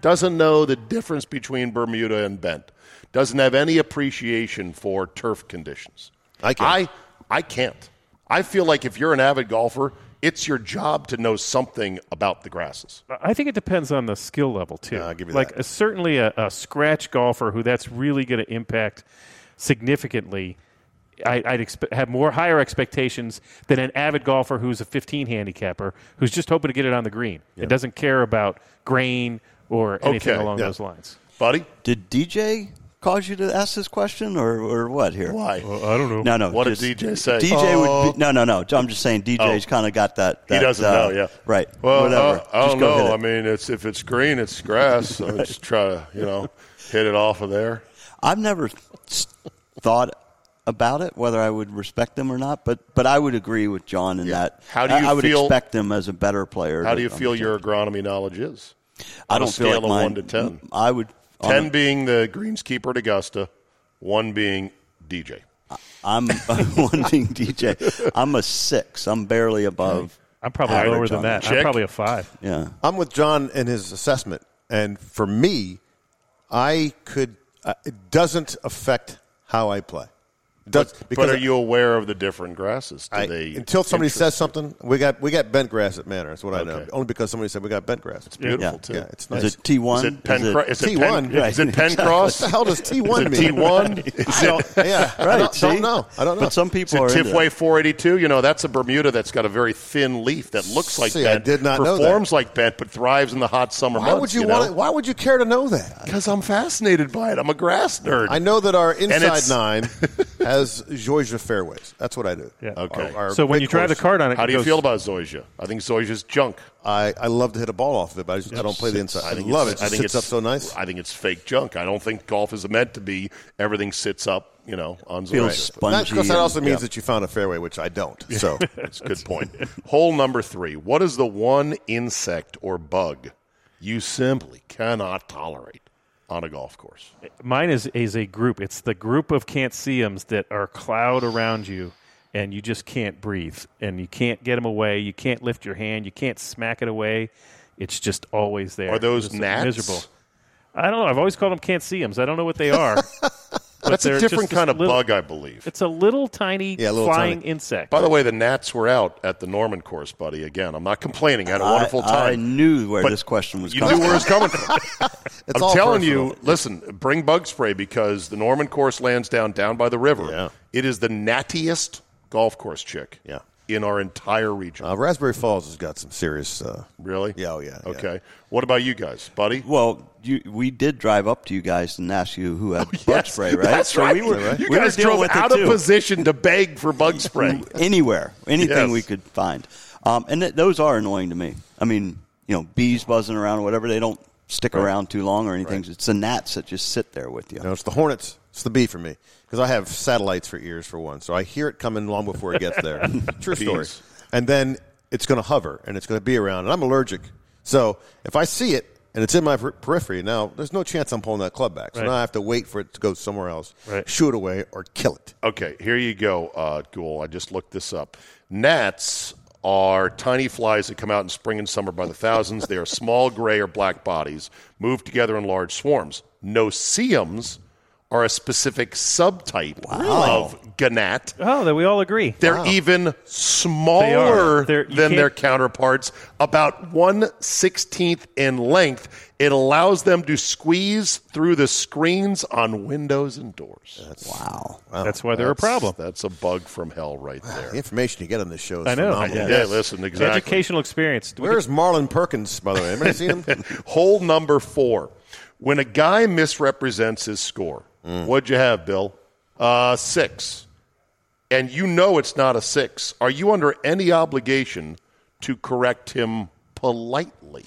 Speaker 2: Doesn't know the difference between Bermuda and bent. Doesn't have any appreciation for turf conditions.
Speaker 4: I can.
Speaker 2: I, I can't. I feel like if you're an avid golfer, it's your job to know something about the grasses.
Speaker 3: I think it depends on the skill level too.
Speaker 4: I'll give you
Speaker 3: like
Speaker 4: that.
Speaker 3: A, certainly a, a scratch golfer who that's really going to impact significantly. I, I'd expe- have more higher expectations than an avid golfer who's a 15 handicapper who's just hoping to get it on the green. It doesn't care about grain or anything
Speaker 2: Okay,
Speaker 3: along
Speaker 2: yeah.
Speaker 3: those lines.
Speaker 2: Buddy?
Speaker 5: Did DJ cause you to ask this question, or or what here?
Speaker 2: Why?
Speaker 3: I don't know.
Speaker 5: No, no.
Speaker 2: What did
Speaker 5: just-
Speaker 2: DJ say? Oh,
Speaker 5: DJ
Speaker 4: Oh.
Speaker 5: would be, no, no, no. I'm just saying DJ's kind of got that,
Speaker 2: he
Speaker 5: that,
Speaker 2: doesn't
Speaker 5: uh,
Speaker 2: know, yeah.
Speaker 5: right.
Speaker 2: Well,
Speaker 5: whatever.
Speaker 2: uh, I
Speaker 5: Just
Speaker 2: don't
Speaker 5: go hit
Speaker 2: know.
Speaker 5: it.
Speaker 2: I mean, it's if it's green, it's grass. So I just try to, you know, hit it off of there.
Speaker 5: I've never s- thought about it whether I would respect them or not, but but I would agree with John in that.
Speaker 2: How do
Speaker 5: I-
Speaker 2: you
Speaker 5: I would
Speaker 2: feel-
Speaker 5: expect them as a better player.
Speaker 2: How
Speaker 5: to-
Speaker 2: do you
Speaker 5: um,
Speaker 2: feel your agronomy knowledge is?
Speaker 5: I
Speaker 2: on a
Speaker 5: don't
Speaker 2: scale
Speaker 5: feel like
Speaker 2: of
Speaker 5: mine-
Speaker 2: one to ten?
Speaker 5: I would uh, on
Speaker 2: Ten
Speaker 5: a-
Speaker 2: being the greenskeeper at Augusta, one being DJ.
Speaker 5: I'm one being DJ. I'm a six. I'm barely above.
Speaker 3: I'm probably
Speaker 5: average
Speaker 3: lower than
Speaker 5: on
Speaker 3: that.
Speaker 2: Check.
Speaker 3: I'm probably a five.
Speaker 5: Yeah.
Speaker 4: I'm with John in his assessment, and for me, I could. Uh, it doesn't affect how I play. It Does,
Speaker 2: But are you aware of the different grasses? Do
Speaker 4: I-
Speaker 2: they
Speaker 4: until somebody
Speaker 2: interest-
Speaker 4: says something, we got we got bent grass at Manor. That's what I know.
Speaker 2: Okay.
Speaker 4: Only because somebody said we got bent grass.
Speaker 2: it's beautiful
Speaker 5: Yeah.
Speaker 2: too.
Speaker 4: Yeah, it's nice.
Speaker 5: Is it T
Speaker 2: is
Speaker 5: one?
Speaker 2: it Pen? Is it
Speaker 4: T1?
Speaker 2: Pen? Is it Pencross?
Speaker 4: what the hell does T one
Speaker 2: Is it
Speaker 4: mean?
Speaker 2: T1? Is
Speaker 4: I don't,
Speaker 2: it-
Speaker 4: yeah, I
Speaker 5: Right,
Speaker 4: don't,
Speaker 5: see?
Speaker 4: don't know. I don't know.
Speaker 5: But some
Speaker 2: Is it
Speaker 5: people are into
Speaker 2: Tifway
Speaker 5: it.
Speaker 2: 482? You know, that's a Bermuda that's got a very thin leaf that looks like
Speaker 4: See, I
Speaker 2: bent.
Speaker 4: did not know that.
Speaker 2: Performs like bent, but thrives in the hot summer
Speaker 4: why
Speaker 2: months.
Speaker 4: would you, want? It, why would you care to know that?
Speaker 2: Because I'm fascinated by it. I'm a grass nerd.
Speaker 4: I know that our
Speaker 2: it's-
Speaker 4: inside nine has Georgia fairways. That's what I do.
Speaker 3: Yeah.
Speaker 2: Okay.
Speaker 4: Our- our
Speaker 3: So when
Speaker 4: big
Speaker 3: you drive the
Speaker 4: course,
Speaker 3: card on it,
Speaker 2: How
Speaker 3: it
Speaker 2: do you
Speaker 3: goes-
Speaker 2: feel about Zoysia? I think Zoysia's junk.
Speaker 4: I, I love to hit a ball off of it, but I, just, I don't play the inside. I,
Speaker 2: think
Speaker 4: love it.
Speaker 2: it's-
Speaker 4: It sits up so nice.
Speaker 2: I think it's fake junk. I don't think golf is meant to be everything sits up, you know, on
Speaker 5: Feels
Speaker 2: Zoysia.
Speaker 5: spongy.
Speaker 4: That, of course, that
Speaker 5: and-
Speaker 4: also means that you found a fairway, which I don't. So
Speaker 2: That's a good point. Hole number three. What is the one insect or bug you simply cannot tolerate on a golf course?
Speaker 3: Mine is is a group. It's the group of can't see 'ems that are cloud around you, and you just can't breathe, and you can't get them away. You can't lift your hand. You can't smack it away. It's just always there.
Speaker 2: Are those
Speaker 3: It's
Speaker 2: gnats?
Speaker 3: Miserable. I don't know. I've always called them can't see 'ems. I don't know what they are. but
Speaker 2: That's a
Speaker 3: they're just
Speaker 2: different
Speaker 3: this
Speaker 2: kind of
Speaker 3: little-
Speaker 2: bug, I believe.
Speaker 3: It's a little tiny
Speaker 4: Yeah, a little
Speaker 3: flying
Speaker 4: tiny.
Speaker 3: insect.
Speaker 2: By the way, the Nats were out at the Norman course, buddy. Again, I'm not complaining. I had a
Speaker 5: I-
Speaker 2: wonderful time.
Speaker 5: I knew where
Speaker 2: But
Speaker 5: this question was
Speaker 2: you
Speaker 5: coming
Speaker 2: knew where
Speaker 5: from.
Speaker 2: it's coming from.
Speaker 4: it's
Speaker 2: I'm
Speaker 4: all
Speaker 2: telling
Speaker 4: personal.
Speaker 2: you, listen, bring bug spray because the Norman course lands down down by the river.
Speaker 4: Yeah.
Speaker 2: It is the nattiest golf course chick
Speaker 4: Yeah.
Speaker 2: in our entire region.
Speaker 4: Uh, Raspberry Falls has got some serious. Uh,
Speaker 2: really?
Speaker 4: Yeah, oh, yeah, yeah.
Speaker 2: Okay. What about you guys, buddy?
Speaker 5: Well, you, we did drive up to you guys and ask you who had bug spray, right?
Speaker 2: Oh, That's
Speaker 5: so
Speaker 2: right.
Speaker 5: we were
Speaker 2: you
Speaker 5: we
Speaker 2: guys
Speaker 5: were dealing
Speaker 2: drove
Speaker 5: with it
Speaker 2: out of
Speaker 5: too.
Speaker 2: position to beg for bug spray.
Speaker 5: anywhere, anything
Speaker 2: Yes.
Speaker 5: we could find. Um, and th- those are annoying to me. I mean, you know, bees buzzing around or whatever, they don't stick around too long or anything. It's the gnats that just sit there with you.
Speaker 4: No, it's the Hornets. It's the B for me because I have satellites for ears for one, so I hear it coming long before it gets there. True story.
Speaker 2: Bees.
Speaker 4: And then it's going to hover and it's going to be around, and I'm allergic. So if I see it and it's in my per- periphery now, there's no chance I'm pulling that club back. So
Speaker 3: Right.
Speaker 4: now I have to wait for it to go somewhere else,
Speaker 3: Right.
Speaker 4: shoot away, or kill it.
Speaker 2: Okay, here you go, uh, Ghoul. I just looked this up. Gnats are tiny flies that come out in spring and summer by the thousands. they are small gray or black bodies moved together in large swarms. Noceums are a specific subtype of gnat.
Speaker 3: Oh, that we all agree.
Speaker 2: They're even smaller
Speaker 3: They're- you
Speaker 2: than their
Speaker 3: can't-
Speaker 2: counterparts, about 116th in length. It allows them to squeeze through the screens on windows and doors.
Speaker 5: Wow.
Speaker 3: That's why they're a problem.
Speaker 2: That's a bug from hell right there.
Speaker 4: The information you get on this show is
Speaker 3: I know.
Speaker 4: phenomenal.
Speaker 2: Yeah, listen, exactly.
Speaker 3: Educational experience. We
Speaker 4: Where's Marlon Perkins, by the way? Anybody seen him?
Speaker 2: Hole number four. When a guy misrepresents his score, what'd you have, Bill? Uh, six. And you know it's not a six. Are you under any obligation to correct him politely?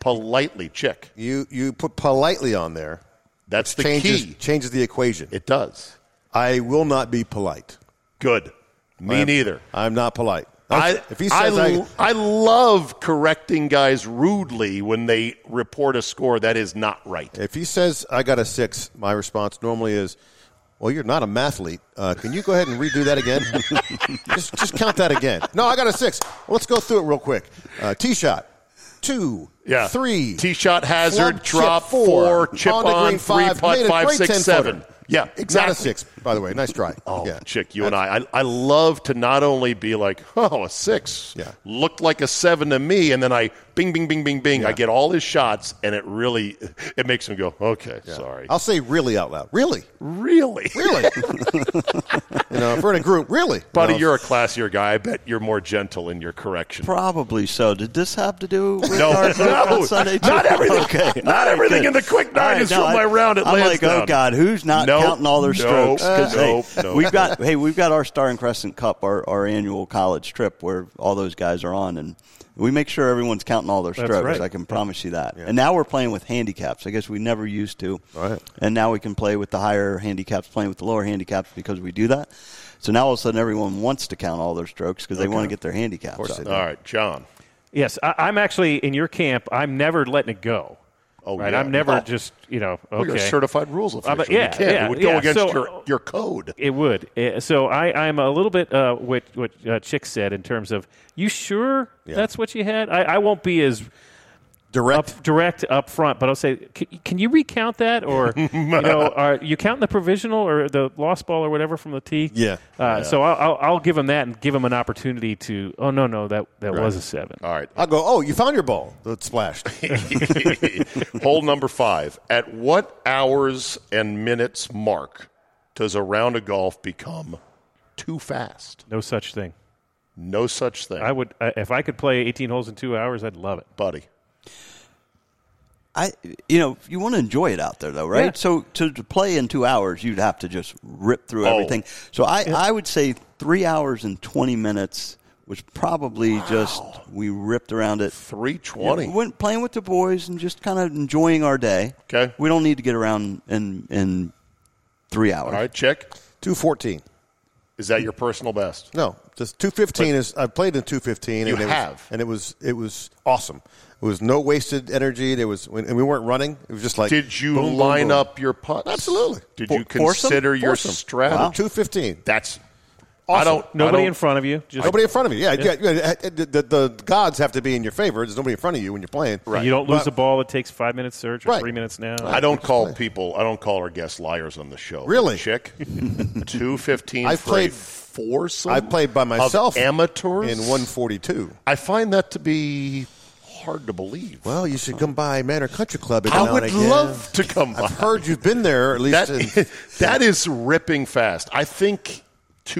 Speaker 2: Politely, chick.
Speaker 4: You you put politely on there.
Speaker 2: That's the
Speaker 4: changes,
Speaker 2: key.
Speaker 4: Changes the equation.
Speaker 2: It does.
Speaker 4: I will not be polite.
Speaker 2: Good. Me
Speaker 4: I'm-
Speaker 2: neither.
Speaker 4: I'm not polite.
Speaker 2: I,
Speaker 4: if he says
Speaker 2: I,
Speaker 4: I,
Speaker 2: I love correcting guys rudely when they report a score that is not right.
Speaker 4: if he says I got a six, my response normally is, "Well, you're not a mathlete. Uh, can you go ahead and redo that again? just just count that again. No, I got a six. Well, let's go through it real quick. Uh, tee shot, two,
Speaker 2: Yeah.
Speaker 4: three,
Speaker 2: Tee shot hazard,
Speaker 4: Flub,
Speaker 2: drop
Speaker 4: chip,
Speaker 2: four, chip
Speaker 4: to
Speaker 2: on,
Speaker 4: green,
Speaker 2: three putt,
Speaker 4: made a
Speaker 2: five,
Speaker 4: great
Speaker 2: six,
Speaker 4: 10
Speaker 2: seven.
Speaker 4: footer.
Speaker 2: Yeah,
Speaker 4: Not
Speaker 2: exactly.
Speaker 4: a six, by the way. Nice try.
Speaker 2: Oh,
Speaker 4: yeah.
Speaker 2: chick, you and I, I, I love to not only be like, oh, a six,
Speaker 4: Yeah.
Speaker 2: looked like a seven to me, and then I bing, bing, bing, bing, bing. I
Speaker 4: Yeah.
Speaker 2: get all his shots, and it really, it makes him go, okay, sorry.
Speaker 4: I'll say really out loud. Really,
Speaker 2: really?
Speaker 4: really. you know, if we're in a group, really,
Speaker 2: Buddy,
Speaker 4: You know,
Speaker 2: you're a classier guy. I bet you're more gentle in your correction.
Speaker 5: Probably so. Did this have to do with
Speaker 2: No,
Speaker 5: our vote
Speaker 2: no,
Speaker 5: on Sunday? too?
Speaker 2: not everything.
Speaker 5: Okay.
Speaker 2: Not everything in the quick nine
Speaker 5: All
Speaker 2: is from my round at
Speaker 5: I'm like,
Speaker 2: Lansdowne.
Speaker 5: oh God, who's not
Speaker 2: Nope,
Speaker 5: counting all their
Speaker 2: nope,
Speaker 5: strokes? 'Cause, hey,
Speaker 2: nope, nope.
Speaker 5: we've got hey, we've got our Star and Crescent Cup, our, our annual college trip where all those guys are on, and we make sure everyone's counting all their strokes.
Speaker 3: right.
Speaker 5: I can promise you that. And now we're playing with handicaps. I guess we never used to. Right. And now we can play with the higher handicaps, playing with the lower handicaps because we do that. So now all of a sudden everyone wants to count all their strokes because they want to get their handicaps. up.
Speaker 2: All right, John.
Speaker 3: Yes, I, I'm actually in your camp. I'm never letting it go.
Speaker 2: Oh,
Speaker 3: right.
Speaker 2: yeah.
Speaker 3: I'm never
Speaker 2: Oh.
Speaker 3: just you know okay.
Speaker 2: Well, You're a certified rules official.
Speaker 3: but yeah,
Speaker 2: you can't.
Speaker 3: yeah,
Speaker 2: it would go
Speaker 3: yeah.
Speaker 2: against
Speaker 3: So-
Speaker 2: your, your code.
Speaker 3: It would. Eh, So I, I'm a little bit uh, what what uh, Chick said in terms of you sure that's what you had. I, I won't be as
Speaker 4: direct.
Speaker 3: up direct up front, but I'll say, can, can you recount that, or you know, are you counting the provisional or the lost ball or whatever from the tee?
Speaker 4: Yeah.
Speaker 3: Uh, So I'll, I'll, I'll give him that and give him an opportunity to. Oh no, no, that that was a seven.
Speaker 2: All right.
Speaker 4: I'll go. Oh, you found your ball that splashed.
Speaker 2: Hole number five. At what hours and minutes mark does a round of golf become too fast?
Speaker 3: No such thing.
Speaker 2: No such thing,
Speaker 3: I would I if I could play 18 holes in two hours, I'd love it.
Speaker 2: buddy.
Speaker 5: I, you know, you want to enjoy it out there, though, right?
Speaker 3: Yeah.
Speaker 5: So to, to play in two hours, you'd have to just rip through
Speaker 2: Oh.
Speaker 5: everything. So I, I would say three hours and twenty minutes was probably just we ripped around it.
Speaker 2: Three twenty.
Speaker 5: We went playing with the boys and just kind of enjoying our day.
Speaker 2: Okay.
Speaker 5: we don't need to get around in in three hours.
Speaker 2: All right, check.
Speaker 4: Two fourteen.
Speaker 2: Is that your personal best?
Speaker 4: No, just two fifteen is. I played in two fifteen.
Speaker 2: You
Speaker 4: and it
Speaker 2: have.
Speaker 4: was, and it was it was awesome. It was no wasted energy. There was, and we weren't running. It was just like
Speaker 2: Did you
Speaker 4: boom, boom,
Speaker 2: line
Speaker 4: boom.
Speaker 2: up your putts?
Speaker 4: Absolutely.
Speaker 2: Did
Speaker 5: For-
Speaker 2: you
Speaker 5: force 'em?
Speaker 2: consider your
Speaker 5: Force 'em.
Speaker 2: strategy?
Speaker 5: Wow.
Speaker 4: two fifteen?
Speaker 2: That's. I
Speaker 4: Awesome.
Speaker 2: don't.
Speaker 3: Nobody
Speaker 2: I don't,
Speaker 3: in front of you. Just
Speaker 4: Nobody in front of you. Yeah, yeah. yeah. The, the, the gods have to be in your favor. There's nobody in front of you when you're playing.
Speaker 2: Right.
Speaker 3: You don't lose
Speaker 4: But-
Speaker 3: a ball that takes five minutes search or
Speaker 4: Right.
Speaker 3: three minutes now.
Speaker 2: I don't call people. I don't call our guests liars on the show.
Speaker 4: Really?
Speaker 2: chick. Two fifteen.
Speaker 4: I've played-
Speaker 2: foursome.
Speaker 4: I played by
Speaker 2: of
Speaker 4: myself.
Speaker 2: amateurs
Speaker 4: in one forty two.
Speaker 2: I find that to be hard to believe.
Speaker 4: Well, you should come by Manor Country Club.
Speaker 2: I would love to come by.
Speaker 4: I've heard you've been there at least.
Speaker 2: that,
Speaker 4: in,
Speaker 2: that is ripping fast. I think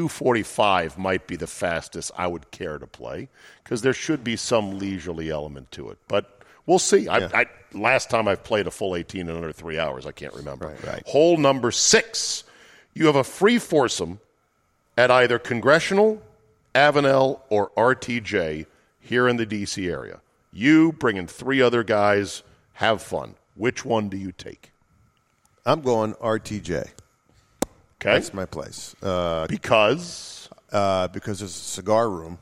Speaker 2: 245 might be the fastest I would care to play because there should be some leisurely element to it. But we'll see. I, I, last time I've played a full 18 in under three hours, I can't remember.
Speaker 4: right.
Speaker 2: Hole number six. You have a free foursome at either Congressional, Avenel, or RTJ here in the D.C. area. You bring in three other guys. Have fun. Which one do you take?
Speaker 4: I'm going RTJ.
Speaker 2: Okay.
Speaker 4: That's my place. Uh,
Speaker 2: because
Speaker 4: uh, because there's a cigar room.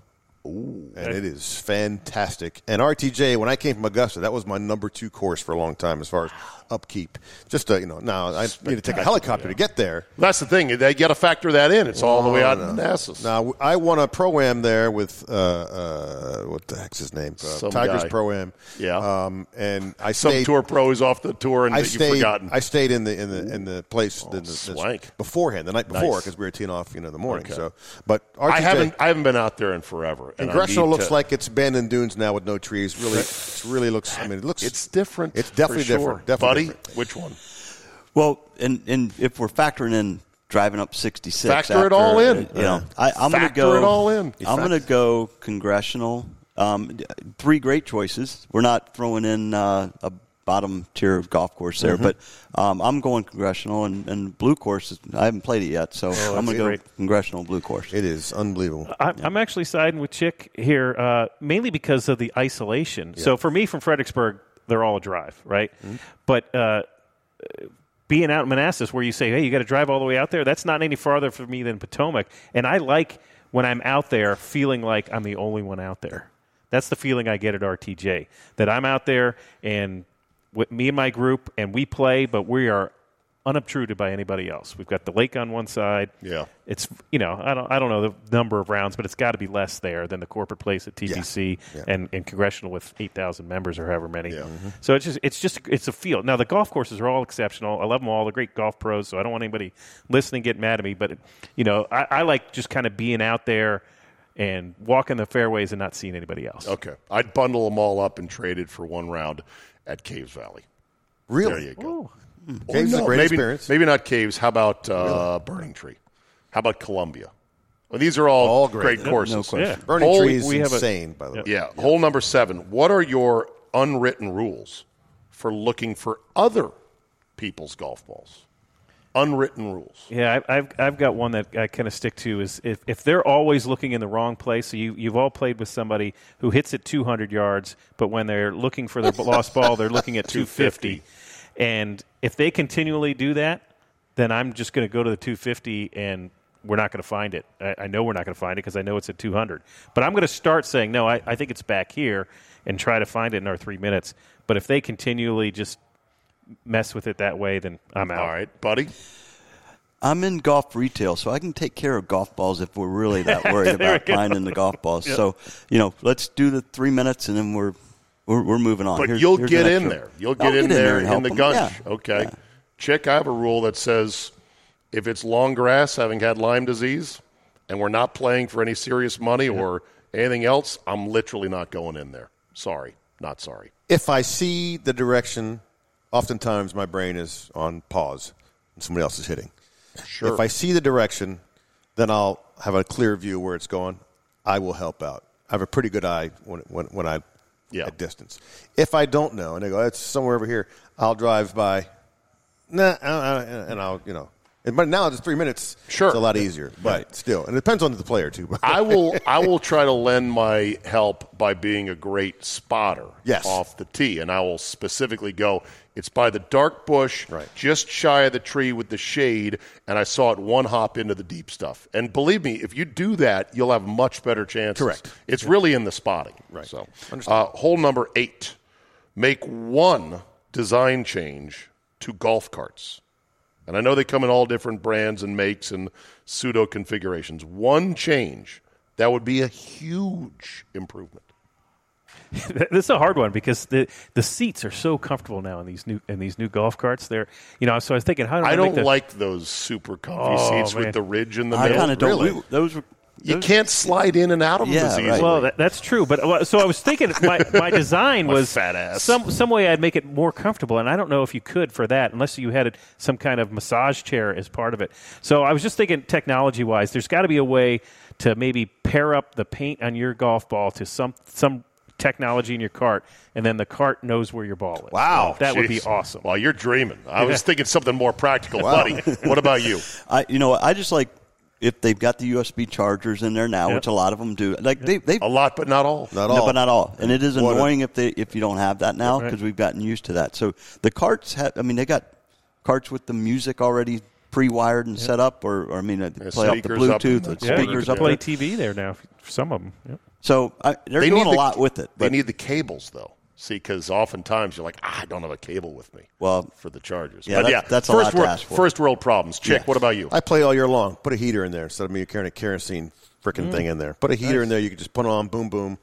Speaker 4: and it is fantastic. And RTJ, when I came from Augusta, that was my number two course for a long time as far as upkeep. Just to, you know, now I need to take a helicopter to get there.
Speaker 2: That's the thing. They got to factor that in. It's all the way out in Manassas.
Speaker 4: Now I won a pro am there with uh, uh, what the heck's his name? Uh,
Speaker 2: Some
Speaker 4: Tigers
Speaker 2: guy.
Speaker 4: pro am.
Speaker 2: Yeah.
Speaker 4: Um, and I
Speaker 2: Some
Speaker 4: stayed,
Speaker 2: tour pro is off the tour and
Speaker 4: I
Speaker 2: that
Speaker 4: stayed.
Speaker 2: you've forgotten. Oh,
Speaker 4: I stayed in the in the in the place in the,
Speaker 2: swank.
Speaker 4: beforehand, the night before,
Speaker 2: Nice.
Speaker 4: because we were teeing off, you know, in the morning.
Speaker 2: Okay.
Speaker 4: So, but
Speaker 2: I
Speaker 4: RTJ
Speaker 2: haven't. I haven't been out there in forever. and I
Speaker 4: Congressional
Speaker 2: need
Speaker 4: looks
Speaker 2: to-
Speaker 4: like it's abandoned dunes now with no trees. Really, it really looks. I mean, it looks.
Speaker 2: it's different.
Speaker 4: It's definitely
Speaker 2: for sure.
Speaker 4: different. Definitely
Speaker 2: buddy.
Speaker 4: different.
Speaker 2: Which one?
Speaker 5: Well, and and if we're factoring in driving up 66,
Speaker 2: Factor it all in.
Speaker 5: You know, I, I'm going to
Speaker 2: Factor
Speaker 5: go.
Speaker 2: it all in.
Speaker 5: I'm going to go congressional. Um, d- three great choices. We're not throwing in uh, a bottom tier of golf course there, but um, I'm going congressional and, and blue course. is- I haven't played it yet, so I'm going to go
Speaker 3: great.
Speaker 5: congressional and blue course.
Speaker 4: It is unbelievable.
Speaker 2: Uh,
Speaker 3: I'm, I'm actually siding with Chick here, uh, mainly because of the isolation. So for me, from Fredericksburg, they're all a drive, right? But uh, being out in Manassas, where you say, "Hey, you got to drive all the way out there," that's not any farther for me than Potomac, and I like when I'm out there feeling like I'm the only one out there. That's the feeling I get at RTJ that I'm out there and with me and my group, and we play, but we are unobtruded by anybody else. We've got the lake on one side.
Speaker 2: Yeah.
Speaker 3: It's you know I don't I don't know the number of rounds, but it's got to be less there than the corporate place at TPC And, and congressional with eight thousand members or however many. So it's just it's just it's a field. Now the golf courses are all exceptional. I love them all. They're great golf pros. So I don't want anybody listening to get mad at me. But you know I, I like just kind of being out there and walking the fairways and not seeing anybody else.
Speaker 2: Okay, I'd bundle them all up and trade it for one round at Caves Valley.
Speaker 4: Really,
Speaker 2: There you go. Hmm.
Speaker 3: Ooh.
Speaker 2: Or
Speaker 4: Caves is a great
Speaker 2: maybe,
Speaker 4: experience.
Speaker 2: Maybe not caves. How about uh, Burning Tree? How about Columbia? Well, these are all,
Speaker 4: All great.
Speaker 2: great, courses.
Speaker 5: question.
Speaker 3: Yeah.
Speaker 4: Burning
Speaker 2: Hole-
Speaker 4: tree is
Speaker 3: we have a-
Speaker 4: insane, by the way.
Speaker 2: Yeah. Hole number seven. What are your unwritten rules for looking for other people's golf balls? Unwritten rules.
Speaker 3: Yeah, I- I've I've got one that I kind of stick to is if, if they're always looking in the wrong place. So you you've all played with somebody who hits it 200 yards, but when they're looking for their lost ball, they're looking at 250. And if they continually do that, then I'm just going to go to the 250 and we're not going to find it. I, I know we're not going to find it because I know it's at 200. But I'm going to start saying no. I, I think it's back here and try to find it in our three minutes. But if they continually just mess with it that way, then I'm out.
Speaker 2: All right,
Speaker 5: Uh,
Speaker 2: buddy.
Speaker 5: I'm in golf retail, so I can take care of golf balls if we're really that worried about finding the golf balls. So, you know, let's do the three minutes and then we're we're, we're moving on.
Speaker 2: But
Speaker 5: Here-
Speaker 2: you'll
Speaker 5: here's
Speaker 2: get
Speaker 5: an
Speaker 2: in
Speaker 5: extra-
Speaker 2: there. You'll
Speaker 5: I'll
Speaker 2: get in there in
Speaker 5: and help
Speaker 2: the
Speaker 5: them.
Speaker 2: gunch.
Speaker 5: Yeah.
Speaker 2: Okay. Chick, I have a rule that says if it's long grass having had Lyme disease and we're not playing for any serious money or anything else, I'm literally not going in there. Sorry. Not sorry.
Speaker 4: If I see the direction, oftentimes my brain is on pause and somebody else is hitting.
Speaker 2: Sure.
Speaker 4: If I see the direction, then I'll have a clear view where it's going. I will help out. I have a pretty good eye when when, when I
Speaker 2: Yeah.
Speaker 4: at distance. If I don't know and I go, it's somewhere over here, I'll drive by. Nah, I don't- I don't- and I'll you know. and- But now it's three minutes.
Speaker 2: Sure.
Speaker 4: it's a lot easier. But still, and it depends on the player too. But
Speaker 2: I will I will try to lend my help by being a great spotter
Speaker 4: Yes.
Speaker 2: off the tee. And I will specifically go, it's by the dark bush,
Speaker 4: Right.
Speaker 2: just shy of the tree with the shade, and I saw it one hop into the deep stuff. And believe me, if you do that, you'll have much better chances.
Speaker 4: Correct.
Speaker 2: It's really in the spotting. Right. So uh, hole number eight. Make one design change to golf carts. And I know they come in all different brands and makes and pseudo configurations. One change, that would be a huge improvement.
Speaker 3: Th- this is a hard one because the the seats are so comfortable now in these new in these new golf carts. They're you know, so I was thinking, how do I,
Speaker 2: I
Speaker 3: make
Speaker 2: don't
Speaker 3: the-
Speaker 2: like those super comfy
Speaker 3: Oh,
Speaker 2: seats
Speaker 3: man.
Speaker 2: with the ridge in the
Speaker 5: I
Speaker 2: middle.
Speaker 5: kind of don't.
Speaker 4: Really?
Speaker 5: we- those were
Speaker 2: You can't slide in and out of
Speaker 5: Yeah,
Speaker 2: them as
Speaker 5: right.
Speaker 2: easily.
Speaker 3: Well, that, that's true, but well, so I was thinking my, my design was
Speaker 2: fat ass.
Speaker 3: some some way I'd make it more comfortable, and I don't know if you could for that unless you had some kind of massage chair as part of it. So I was just thinking technology wise, there's got to be a way to maybe pair up the paint on your golf ball to some some technology in your cart, and then the cart knows where your ball is.
Speaker 2: Wow,
Speaker 3: that would be
Speaker 2: jeez.
Speaker 3: awesome.
Speaker 2: Well, you're dreaming. I was thinking something more practical, buddy. What about you?
Speaker 5: I you know what, I just like if they've got the USB chargers in there now, which a lot of them do. Like they they
Speaker 2: A lot, but not all.
Speaker 4: not
Speaker 5: No,
Speaker 4: all.
Speaker 5: but not all. And it is
Speaker 4: What a-
Speaker 5: annoying if they if you don't have that now because we've gotten used to that. So the carts have. I mean, they got carts with the music already pre-wired and set up, or, or I mean, they play off the
Speaker 2: speakers up in
Speaker 5: Bluetooth,
Speaker 2: the
Speaker 5: the
Speaker 3: yeah, you
Speaker 5: speakers
Speaker 3: can
Speaker 5: up
Speaker 3: play
Speaker 5: there.
Speaker 3: TV there now. For some of them. Yep.
Speaker 5: So I, they're doing a
Speaker 2: the-
Speaker 5: lot with it.
Speaker 2: They
Speaker 5: But
Speaker 2: need the cables though. See, because oftentimes you're like, ah, I don't have a cable with me.
Speaker 5: Well,
Speaker 2: for the Chargers,
Speaker 5: yeah,
Speaker 2: But
Speaker 5: that's- that's a
Speaker 2: first
Speaker 5: lot to
Speaker 2: world,
Speaker 5: ask for.
Speaker 2: First world problems. Chick, what about you?
Speaker 4: I play all year long. Put a heater in there instead of me carrying a kerosene
Speaker 2: Mm.
Speaker 4: freaking thing in there. Put a heater in there. You can just put it on, boom, boom.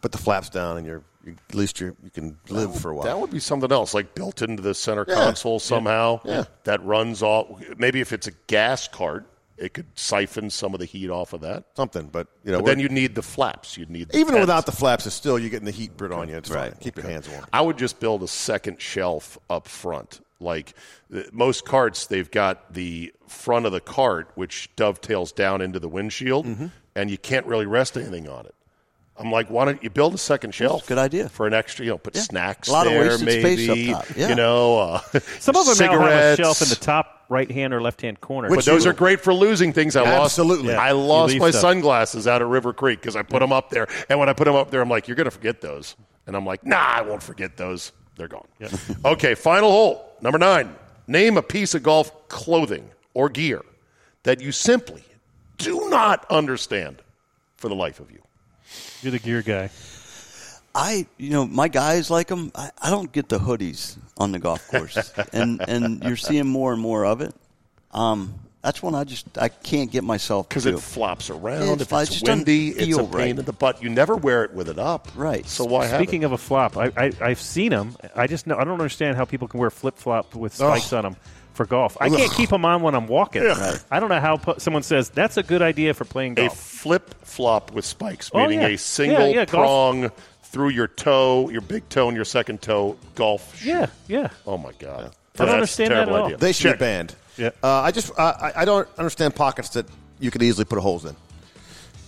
Speaker 4: Put the flaps down, and you're you, at least you're, you can live for a while.
Speaker 2: That would be something else, like built into the center
Speaker 4: Yeah.
Speaker 2: console somehow.
Speaker 4: Yeah.
Speaker 2: That runs all. Maybe if it's a gas cart, it could siphon some of the heat off of that.
Speaker 4: Something, but you know,
Speaker 2: But then you'd need the flaps. You'd need the
Speaker 4: even
Speaker 2: vents.
Speaker 4: without the flaps, it's still you're getting the heat put on you. It's right. Keep your hands warm.
Speaker 2: I would just build a second shelf up front. Like th- most carts, they've got the front of the cart, which dovetails down into the windshield,
Speaker 5: Mm-hmm.
Speaker 2: and you can't really rest anything on it. I'm like, why don't you build a second shelf?
Speaker 5: good idea.
Speaker 2: for an extra, you know, put snacks
Speaker 5: A lot of
Speaker 2: there,
Speaker 5: wasted
Speaker 2: maybe.
Speaker 5: space up top. Yeah.
Speaker 2: You know, uh,
Speaker 3: Some of them now have a
Speaker 2: cigarettes.
Speaker 3: shelf in the top right hand or left hand corner.
Speaker 2: But those are great for losing things. I lost.
Speaker 4: Absolutely.
Speaker 2: I
Speaker 3: You
Speaker 2: lost
Speaker 3: leave
Speaker 2: my
Speaker 3: stuff.
Speaker 2: sunglasses out at River Creek because I put them up there. And when I put them up there, I'm like, "You're going to forget those." And I'm like, "Nah, I won't forget those. They're gone." okay, final hole number nine. Name a piece of golf clothing or gear that you simply do not understand for the life of you.
Speaker 3: you're the gear guy.
Speaker 5: I, you know, my guys like them. I, I don't get the hoodies on the golf course, and and you're seeing more and more of it. Um, that's one I just I can't get myself
Speaker 2: Because
Speaker 5: to.
Speaker 2: it flops around.
Speaker 5: Yeah,
Speaker 2: if
Speaker 5: it
Speaker 2: it's
Speaker 5: just doesn't
Speaker 2: windy, it's a
Speaker 5: feel
Speaker 2: pain
Speaker 5: right.
Speaker 2: in the butt. You never wear it with it up.
Speaker 5: Right.
Speaker 2: So why have it?
Speaker 3: Speaking of a flop, I, I, I've seen them. I just know I don't understand how people can wear flip flop with spikes on 'em on them for golf. I can't keep them on when I'm walking. I don't know how pu- someone says that's a good idea for playing
Speaker 2: a
Speaker 3: golf.
Speaker 2: flip flop with spikes,
Speaker 3: Oh,
Speaker 2: meaning
Speaker 3: yeah.
Speaker 2: a single
Speaker 3: Yeah, yeah, golf-
Speaker 2: prong through your toe, your big toe and your second toe golf. Shoe.
Speaker 3: yeah, yeah.
Speaker 2: Oh my god.
Speaker 3: I don't
Speaker 2: That's a
Speaker 3: understand that
Speaker 2: terrible
Speaker 3: at all.
Speaker 2: idea.
Speaker 4: They should
Speaker 2: Check.
Speaker 4: be banned.
Speaker 3: Yeah.
Speaker 4: Uh, I just I, I- I don't understand pockets that you could easily put holes in.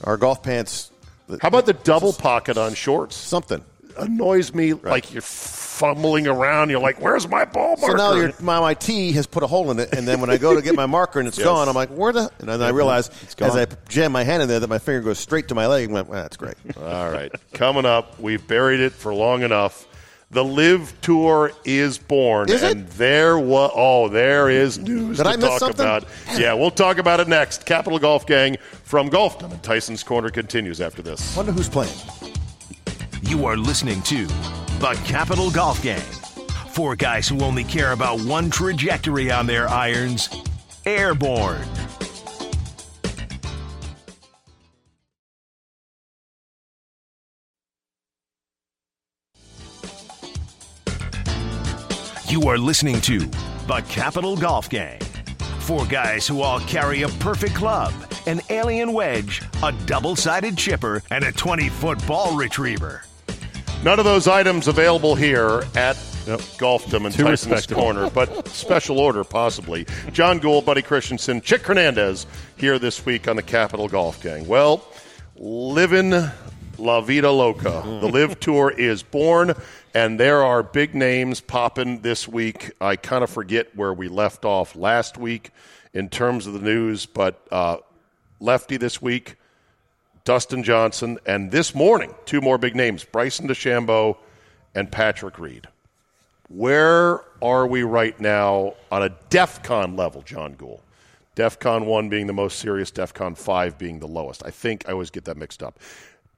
Speaker 4: Our golf pants, the-
Speaker 2: How about the double pocket on shorts?
Speaker 4: something.
Speaker 2: Annoys me like you're fumbling around. You're like, "Where's my ball
Speaker 4: So
Speaker 2: marker?"
Speaker 4: now your, my, my tee has put a hole in it, and then when I go to get my marker and it's gone, I'm like, where the? And then I realize as I jam my hand in there that my finger goes straight to my leg. I'm like, well, that's great.
Speaker 2: All right. Coming up, we've buried it for long enough. The Live Tour is born,
Speaker 4: Is it?
Speaker 2: and there was oh, there is news
Speaker 4: Did
Speaker 2: to
Speaker 4: I miss
Speaker 2: talk
Speaker 4: something?
Speaker 2: about. Yeah, we'll talk about it next. Capital Golf Gang from Golfdom and Tyson's Corner continues after this.
Speaker 4: Wonder who's playing.
Speaker 1: You are listening to The Capital Golf Gang. Four guys who only care about one trajectory on their irons airborne. You are listening to The Capital Golf Gang. Four guys who all carry a perfect club, an alien wedge, a double sided chipper, and a 20 foot ball retriever.
Speaker 2: None of those items available here at
Speaker 3: Yep.
Speaker 2: Golfdom and
Speaker 3: Too
Speaker 2: Tyson's
Speaker 3: respectable.
Speaker 2: Corner, but special order possibly. John Gould, Buddy Christensen, Chick Hernandez here this week on the Capital Golf Gang. Well, living La Vida Loca.
Speaker 3: Mm.
Speaker 2: The Live Tour is born, and there are big names popping this week. I kind of forget where we left off last week in terms of the news, but uh, Lefty this week. Dustin Johnson, and this morning, two more big names Bryson DeChambeau and Patrick Reed. Where are we right now on a DEF CON level, John Gould? DEF CON 1 being the most serious, DEF CON 5 being the lowest. I think I always get that mixed up.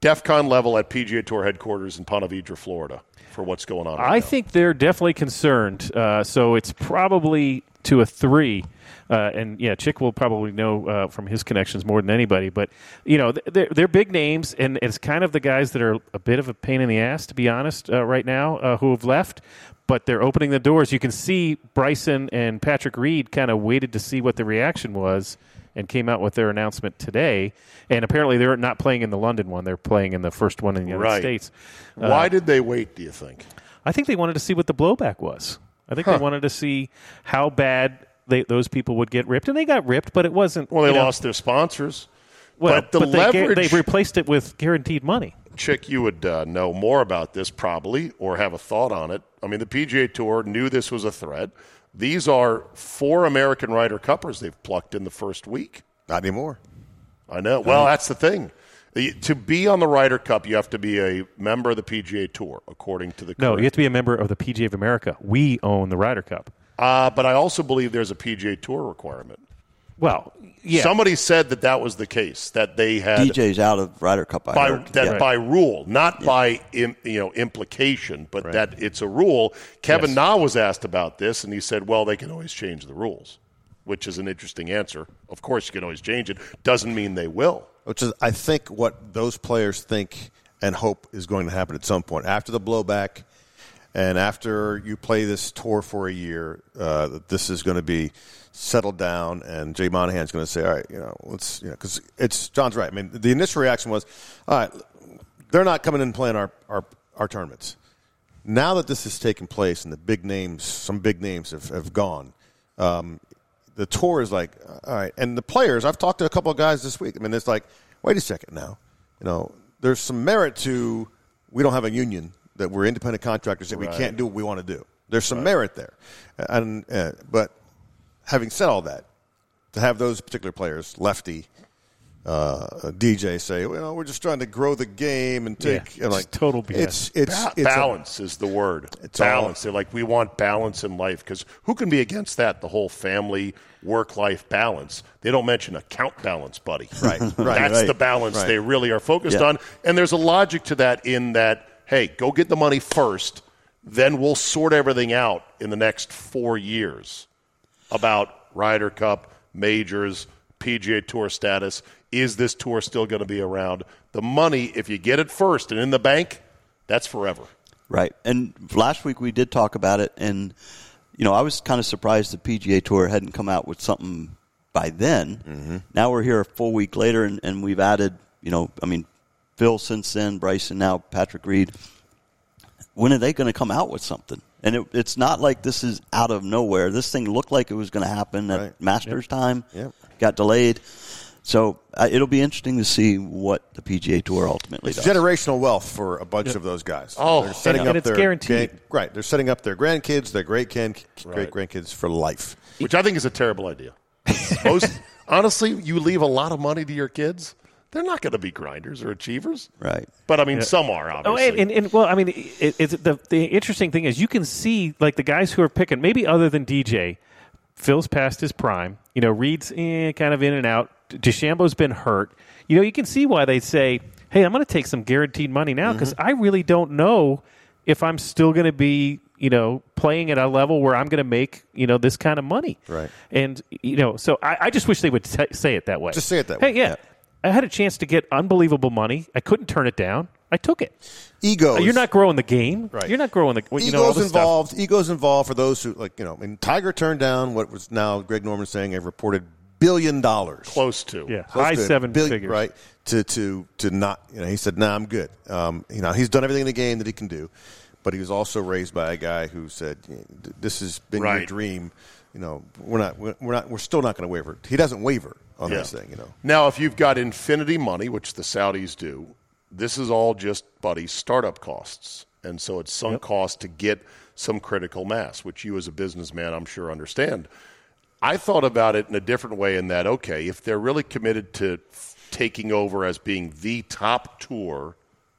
Speaker 2: DEF CON level at PGA Tour headquarters in Ponte Vedra, Florida, for what's going on. right
Speaker 3: I
Speaker 2: now.
Speaker 3: think they're definitely concerned. Uh, so it's probably to a three. Uh, and yeah, Chick will probably know uh, from his connections more than anybody. But you know, th- they're, they're big names, and it's kind of the guys that are a bit of a pain in the ass, to be honest, uh, right now, uh, who have left. But they're opening the doors. You can see Bryson and Patrick Reed kind of waited to see what the reaction was, and came out with their announcement today. And apparently, they're not playing in the London one; they're playing in the first one in the United
Speaker 2: Right.
Speaker 3: States.
Speaker 2: Why did they wait, do you think?
Speaker 3: I think they wanted to see what the blowback was. I think they wanted to see how bad they, those people would get ripped, and they got ripped, but it wasn't.
Speaker 2: Well, they
Speaker 3: you know,
Speaker 2: lost their sponsors.
Speaker 3: Well,
Speaker 2: but the
Speaker 3: they ga-
Speaker 2: leverage.
Speaker 3: they, replaced it with guaranteed money.
Speaker 2: Chick, you would uh, know more about this probably or have a thought on it. I mean, the PGA Tour knew this was a threat. These are four American Ryder Cuppers they've plucked in the first week.
Speaker 4: Not anymore.
Speaker 2: I know. Well,
Speaker 3: Uh-huh.
Speaker 2: that's the thing. The- To be on the Ryder Cup, you have to be a member of the PGA Tour, according to the
Speaker 3: No,
Speaker 2: current-
Speaker 3: you have to be a member of the PGA of America. We own the Ryder Cup.
Speaker 2: Uh, but I also believe there's a PGA Tour requirement.
Speaker 3: Well, yeah.
Speaker 2: Somebody said that that was the case that they had
Speaker 5: DJ's out of Ryder Cup. I
Speaker 2: by
Speaker 5: heard.
Speaker 2: that
Speaker 5: Yeah.
Speaker 2: by rule, not by im, you know implication, but that it's a rule. Kevin
Speaker 3: Yes.
Speaker 2: Na was asked about this, and he said, "Well, they can always change the rules," which is an interesting answer. Of course, you can always change it. Doesn't mean they will.
Speaker 4: which is I think what those players think and hope is going to happen at some point after the blowback and after you play this tour for a year. Uh, that this is going to be settled down, and Jay Monahan's going to say, "All right, you know, let's," you know, because it's John's right. I mean, the initial reaction was, "All right, they're not coming in and playing our our, our tournaments." Now that this has taken place and the big names, some big names have, have gone, um, the tour is like, all right. And the players, I've talked to a couple of guys this week. I mean, it's like, wait a second now. You know, there's some merit to we don't have a union that we're independent contractors that we can't do what we want to do. There's some merit there, and uh, but having said all that, to have those particular players, lefty. Uh, DJ say, well, we're just trying to grow the game and
Speaker 3: Yeah,
Speaker 4: take and
Speaker 3: it's
Speaker 4: like
Speaker 3: total BS.
Speaker 4: It's it's,
Speaker 2: Ba-
Speaker 4: it's a-
Speaker 2: balance is the word.
Speaker 4: It's all-
Speaker 2: balance. They're like, we want balance in life because who can be against that? The whole family work life balance. They don't mention account balance, buddy.
Speaker 4: Right, right,
Speaker 2: That's
Speaker 4: right,
Speaker 2: the balance
Speaker 4: right.
Speaker 2: they really are focused
Speaker 5: Yeah.
Speaker 2: on. And there's a logic to that in that, hey, go get the money first, then we'll sort everything out in the next four years about Ryder Cup, majors, PGA Tour status. Is this tour still going to be around? The money, if you get it first and in the bank, that's forever.
Speaker 5: Right. And last week we did talk about it, and you know I was kind of surprised the PGA Tour hadn't come out with something by then.
Speaker 4: Mm-hmm.
Speaker 5: Now we're here a full week later, and, and we've added, you know, I mean, Phil since then, Bryson now, Patrick Reed. When are they going to come out with something? And it, it's not like this is out of nowhere. This thing looked like it was going to happen at
Speaker 4: Right.
Speaker 5: Masters time,
Speaker 4: Yep.
Speaker 5: got delayed. So uh, it'll be interesting to see what the PGA Tour ultimately
Speaker 4: It's
Speaker 5: does.
Speaker 4: generational wealth for a bunch of those guys.
Speaker 2: Oh,
Speaker 4: they're setting
Speaker 3: And-
Speaker 4: up
Speaker 3: and it's
Speaker 4: their
Speaker 3: guaranteed.
Speaker 4: grand- right, they're setting up their grandkids, their great can,
Speaker 2: Right.
Speaker 4: great grandkids for life.
Speaker 2: which I think is a terrible idea. Most honestly, you leave a lot of money to your kids; they're not going to be grinders or achievers,
Speaker 5: Right.
Speaker 2: But I mean, some are
Speaker 3: Oh,
Speaker 2: obviously.
Speaker 3: and, and, and well, I mean, it, it's the the interesting thing is you can see like the guys who are picking maybe other than DJ, Phil's past his prime. You know, Reed's eh, kind of in and out. DeChambeau's been hurt. You know, you can see why they say, "Hey, I'm going to take some guaranteed money now
Speaker 4: Mm-hmm.
Speaker 3: because I really don't know if I'm still going to be." You know, playing at a level where I'm going to make you know this kind of money,
Speaker 4: Right.
Speaker 3: And you know, so I, I just wish they would t- say it that way.
Speaker 4: Just say it that
Speaker 3: hey,
Speaker 4: way.
Speaker 3: yeah, I had a chance to get unbelievable money. I couldn't turn it down. I took it.
Speaker 4: Ego.
Speaker 3: Uh, You're not growing the game.
Speaker 4: Right.
Speaker 3: You're not growing the. well, You
Speaker 4: Ego's
Speaker 3: know all this stuff.
Speaker 4: involved. Ego's involved for those who like you know. I mean, Tiger turned down what was now Greg Norman saying a reported billion dollars.
Speaker 2: close to
Speaker 3: Yeah,
Speaker 4: Close
Speaker 3: high
Speaker 4: to a
Speaker 3: seven
Speaker 4: billion,
Speaker 3: figures.
Speaker 4: right? To to to not, you know, he said, "Nah, I'm good." Um, you know, he's done everything in the game that he can do, but he was also raised by a guy who said, "This has been your
Speaker 2: Right.
Speaker 4: dream." You know, we're not, we're we're not, we're still not going to waver. He doesn't waver on this thing. You know,
Speaker 2: Now, if you've got infinity money, which the Saudis do, this is all just buddy startup costs, and so it's sunk cost to get some critical mass, which you as a businessman, I'm sure, understand. I thought about it in a different way in that okay, if they're really committed to f- taking over as being the top tour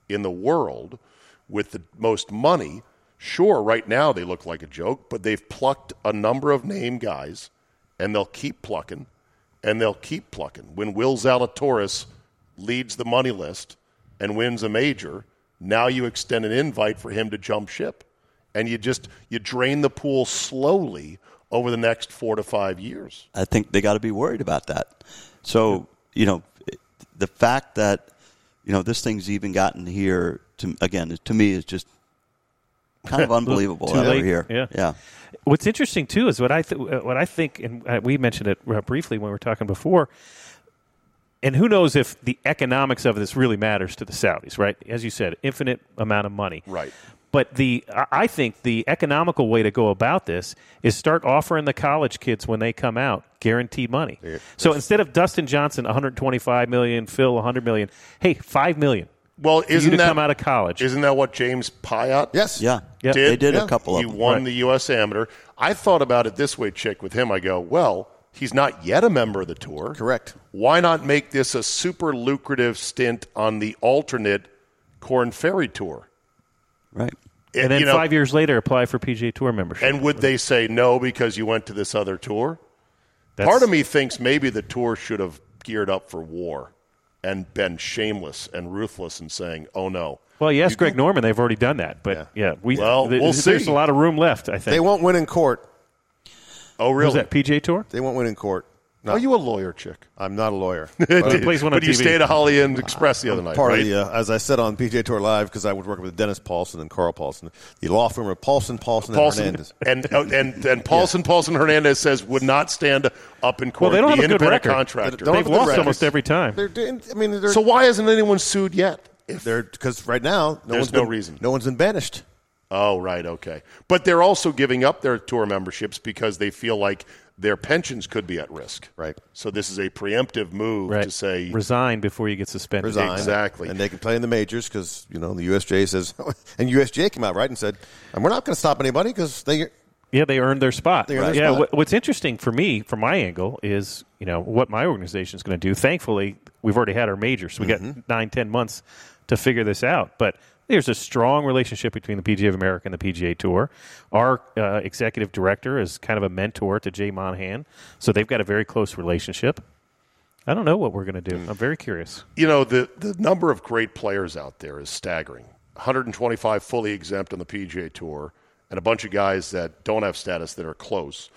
Speaker 2: in the world with the most money, sure, right now they look like a joke, but they've plucked a number of name guys and they'll keep plucking and they'll keep plucking. When Will Zalatoris leads the money list and wins a major, now you extend an invite for him to jump ship. And you just you drain the pool slowly over the next 4 to 5 years.
Speaker 5: I think they got to be worried about that. So you know, the fact that you know this thing's even gotten here to again to me is just kind of unbelievable
Speaker 3: Too
Speaker 5: that we're
Speaker 3: late.
Speaker 5: here.
Speaker 3: Yeah.
Speaker 5: yeah,
Speaker 3: What's interesting too is what I th- what I think, and uh, we mentioned it uh, briefly when we were talking before. And who knows if the economics of this really matters to the Saudis, right? As you said, infinite amount of money,
Speaker 2: Right.
Speaker 3: But the I- I think the economical way to go about this is start offering the college kids when they come out guaranteed money. So instead of Dustin Johnson 125 million, Phil 100 million, hey, 5 million.
Speaker 2: Well,
Speaker 3: you
Speaker 2: isn't
Speaker 3: to
Speaker 2: that
Speaker 3: come out of college.
Speaker 2: Isn't that what James Pyatt?
Speaker 4: yes,
Speaker 5: yeah.
Speaker 3: Yeah.
Speaker 5: They did
Speaker 4: Yeah.
Speaker 5: a couple
Speaker 2: he
Speaker 5: of them.
Speaker 2: won
Speaker 3: Right.
Speaker 2: the U.S. Amateur. I thought about it this way, chick. With him, I go, well, he's not yet a member of the tour.
Speaker 4: Correct.
Speaker 2: Why not make this a super lucrative stint on the alternate Corn Ferry tour?
Speaker 5: right.
Speaker 3: and then
Speaker 2: you know,
Speaker 3: five years later apply for PGA Tour membership.
Speaker 2: And would they say no because you went to this other tour?
Speaker 3: That's-
Speaker 2: Part of me thinks maybe the tour should have geared up for war and been shameless and ruthless in saying, "Oh no."
Speaker 3: Well, yes, Greg Norman, they've already done that, but yeah, we
Speaker 2: Well,
Speaker 3: th-
Speaker 2: we'll
Speaker 3: there's
Speaker 2: see.
Speaker 3: a lot of room left. I think.
Speaker 4: They won't win in court.
Speaker 2: Oh,
Speaker 3: Who's
Speaker 2: really?
Speaker 3: that PJ Tour?
Speaker 4: They won't win in court. No,
Speaker 2: Are you a lawyer, chick?
Speaker 4: I'm not a lawyer.
Speaker 3: He plays one on
Speaker 2: but you
Speaker 3: TV.
Speaker 2: stayed at Holly Inn Express the other night,
Speaker 4: part
Speaker 2: right?
Speaker 4: of the, uh, as I said on PJ Tour Live, because I was working with Dennis Paulson and Carl Paulson, the law firm of Paulson, Paulson, and
Speaker 2: Paulson
Speaker 4: Hernandez.
Speaker 2: and uh, and and Paulson Paulson Hernandez says would not stand up in court.
Speaker 3: Well, they don't
Speaker 2: the
Speaker 3: have a good
Speaker 2: independent
Speaker 3: record.
Speaker 2: contractor.
Speaker 4: They don't have
Speaker 3: They've
Speaker 4: a good
Speaker 3: lost
Speaker 4: record.
Speaker 3: almost every time.
Speaker 4: They're, doing- I mean, they're,
Speaker 2: so why hasn't anyone sued yet?
Speaker 4: they're because right now no
Speaker 2: There's
Speaker 4: one's
Speaker 2: no
Speaker 4: been-
Speaker 2: reason.
Speaker 4: No one's been banished.
Speaker 2: Oh, right, okay. But they're also giving up their tour memberships because they feel like their pensions could be at risk.
Speaker 4: Right.
Speaker 2: So this is a preemptive move to say
Speaker 3: resign before you get suspended.
Speaker 4: Resign
Speaker 2: Exactly.
Speaker 4: and they can play in the majors because you know the USJ says, and USJ came out right and said, and we're not going to stop anybody because they
Speaker 3: Yeah, they earned their spot.
Speaker 4: They earned their
Speaker 3: yeah,
Speaker 4: spot.
Speaker 3: what- what's interesting for me, from my angle, is you know what my organization is going to do. Thankfully, we've already had our major, so we
Speaker 2: Mm-hmm.
Speaker 3: got nine, ten months to figure this out. But there's a strong relationship between the PGA of America and the PGA Tour. Our uh, executive director is kind of a mentor to Jay Monahan, so they've got a very close relationship. I don't know what we're going to do.
Speaker 2: Mm.
Speaker 3: I'm very curious.
Speaker 2: you know the the number of great players out there is staggering. 125 fully exempt on the PGA Tour, and a bunch of guys that don't have status that are close.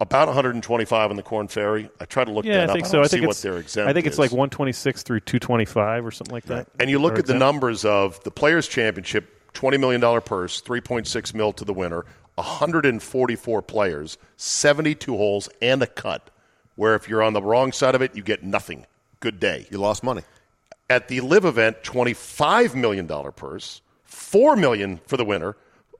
Speaker 2: About 125 on the Corn Ferry. I try to look
Speaker 3: Yeah,
Speaker 2: that
Speaker 3: I
Speaker 2: up.
Speaker 3: think
Speaker 2: I
Speaker 3: so.
Speaker 2: don't
Speaker 3: I think
Speaker 2: see what
Speaker 3: it's
Speaker 2: their exempt.
Speaker 3: I think it's
Speaker 2: is.
Speaker 3: like 126 through 225 or something like that.
Speaker 2: And you look
Speaker 3: Or
Speaker 2: at the
Speaker 3: exempt.
Speaker 2: numbers of the Players Championship, twenty million dollar purse, three point six mil to the winner, hundred and forty four players, seventy two holes, and a cut. Where if you're on the wrong side of it, you get nothing. Good day.
Speaker 4: you lost money.
Speaker 2: At the live event, twenty five million dollar purse, four million for the winner,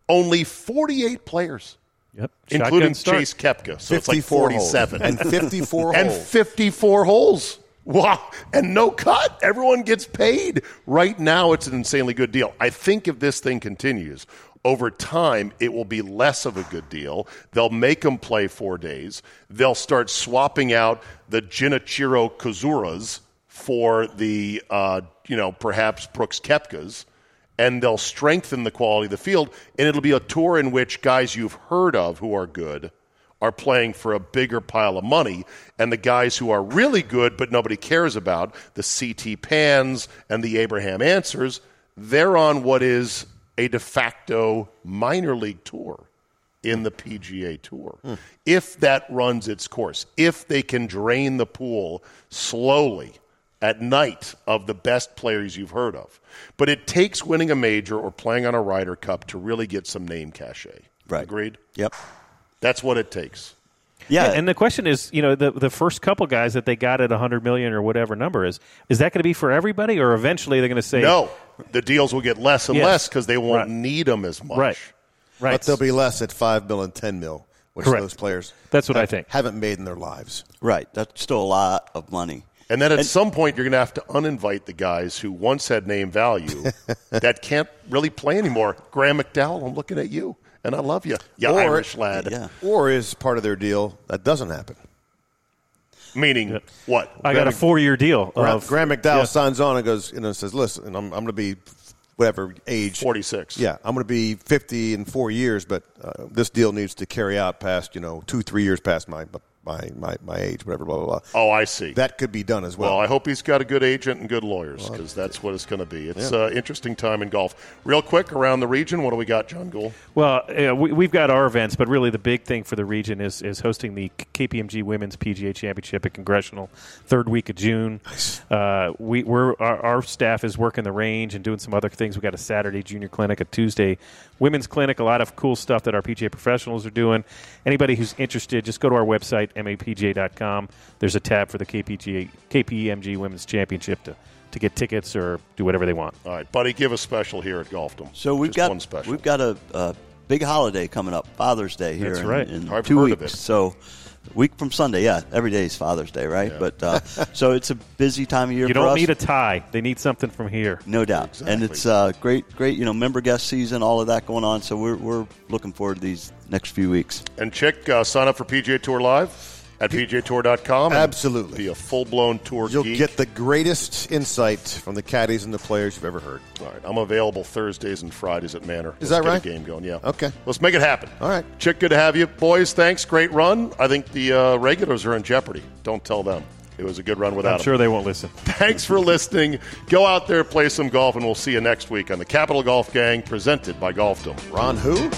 Speaker 2: only forty eight players,
Speaker 3: Yep.
Speaker 2: including
Speaker 3: Shotgun start.
Speaker 2: Chase Kepka. So it's like
Speaker 4: 54
Speaker 2: forty
Speaker 4: holes.
Speaker 2: seven
Speaker 4: and 54
Speaker 2: and
Speaker 4: holes.
Speaker 2: 54 holes. Wow. And no cut. Everyone gets paid. Right now, it's an insanely good deal. I think if this thing continues, over time, it will be less of a good deal. They'll make them play four days. They'll start swapping out the Jinichiro Kazuras for the, uh, you know, perhaps Brooks Kepkas and they'll strengthen the quality of the field. And it'll be a tour in which guys you've heard of who are good are playing for a bigger pile of money, and the guys who are really good but nobody cares about, the CT Pans and the Abraham Answers, they're on what is a de facto minor league tour in the PGA Tour. If that runs its course, if they can drain the pool slowly at night of the best players you've heard of. But it takes winning a major or playing on a Ryder Cup to really get some name cachet.
Speaker 5: Right.
Speaker 2: Agreed?
Speaker 5: Yep.
Speaker 2: That's what it takes.
Speaker 5: Yeah.
Speaker 3: And the question is, you know, the the first couple guys that they got at 100 million or whatever number is, is that going to be for everybody, or eventually they're going to say
Speaker 2: No, the deals will get less and
Speaker 3: Yes.
Speaker 2: less because they won't
Speaker 3: Right.
Speaker 2: need them as much.
Speaker 3: right, right?
Speaker 4: But they'll be less at 5 mil and 10 mil, which
Speaker 3: Correct.
Speaker 4: those players
Speaker 3: That's what I
Speaker 4: have-
Speaker 3: think.
Speaker 4: haven't made in their lives.
Speaker 5: right. That's still a lot of money.
Speaker 2: And then at some point, you're going to have to uninvite the guys who once had name value that can't really play anymore. Graham McDowell, I'm looking at you, and I love you, you
Speaker 4: Or-
Speaker 2: Irish lad.
Speaker 5: Yeah.
Speaker 4: Or is part of their deal that doesn't happen.
Speaker 2: Meaning what?
Speaker 3: I got a four year deal
Speaker 4: Gra-
Speaker 3: of
Speaker 4: Graham McDowell signs on and goes, you know, says, listen, I'm, I'm going to be whatever age.
Speaker 2: 46.
Speaker 4: Yeah, I'm going to be 50 in four years, but uh, this deal needs to carry out past, you know, two, three years past my, my, my, my age, whatever, blah, blah, blah.
Speaker 2: Oh, I see.
Speaker 4: That could be done as well.
Speaker 2: Well, I hope he's got a good agent and good lawyers because that's what it's going to be. It's uh, interesting time in golf. Real quick around the region, what do we got, John Gould?
Speaker 3: Well, uh, we, we've got our events, but really the big thing for the region is is hosting the K- KPMG Women's PGA Championship at Congressional, third week of June. Uh, we, we're our, our staff is working the range and doing some other things. We got a Saturday junior clinic, a Tuesday women's clinic, a lot of cool stuff that our PGA professionals are doing. Anybody who's interested, just go to our website mapga.com. There's a tab for the KPGA KPMG Women's Championship to to get tickets or do whatever they want.
Speaker 2: All right, buddy, give a special here at Golfdom.
Speaker 5: So we've
Speaker 2: Just
Speaker 5: got
Speaker 2: one special.
Speaker 5: we've got a, a big holiday coming up, Father's Day here
Speaker 3: That's
Speaker 5: in,
Speaker 3: right.
Speaker 5: in
Speaker 2: I've
Speaker 5: two
Speaker 2: heard of
Speaker 5: weeks.
Speaker 2: it.
Speaker 5: So week from Sunday, yeah, every day is Father's Day, right? But uh, so it's a busy time of year.
Speaker 3: You
Speaker 5: for
Speaker 3: don't
Speaker 5: us.
Speaker 3: need a tie; they need something from here.
Speaker 5: No doubt, and
Speaker 2: Exactly.
Speaker 5: it's uh, great, great. You know, member guest season, all of that going on. So we're we're looking forward to these next few weeks.
Speaker 2: and Chick, uh, sign up for PGA Tour Live. at pjtour.com. and
Speaker 4: Absolutely.
Speaker 2: Be a full blown tour
Speaker 4: You'll
Speaker 2: geek.
Speaker 4: get the greatest insight from the caddies and the players you've ever heard.
Speaker 2: All right, I'm available Thursdays and Fridays at Manor. Let's
Speaker 4: Is that
Speaker 2: get a
Speaker 4: right?
Speaker 2: game going, yeah.
Speaker 4: Okay.
Speaker 2: Let's make it happen.
Speaker 4: All right.
Speaker 2: Chick, good to have you. Boys, thanks. Great run. I think the uh, regulars are in jeopardy. Don't tell them. It was a good run without
Speaker 3: I'm
Speaker 2: them.
Speaker 3: sure they won't listen.
Speaker 2: Thanks for listening. Go out there, play some golf, and we'll see you next week on the Capital Golf Gang presented by Golfdom.
Speaker 4: Ron, who?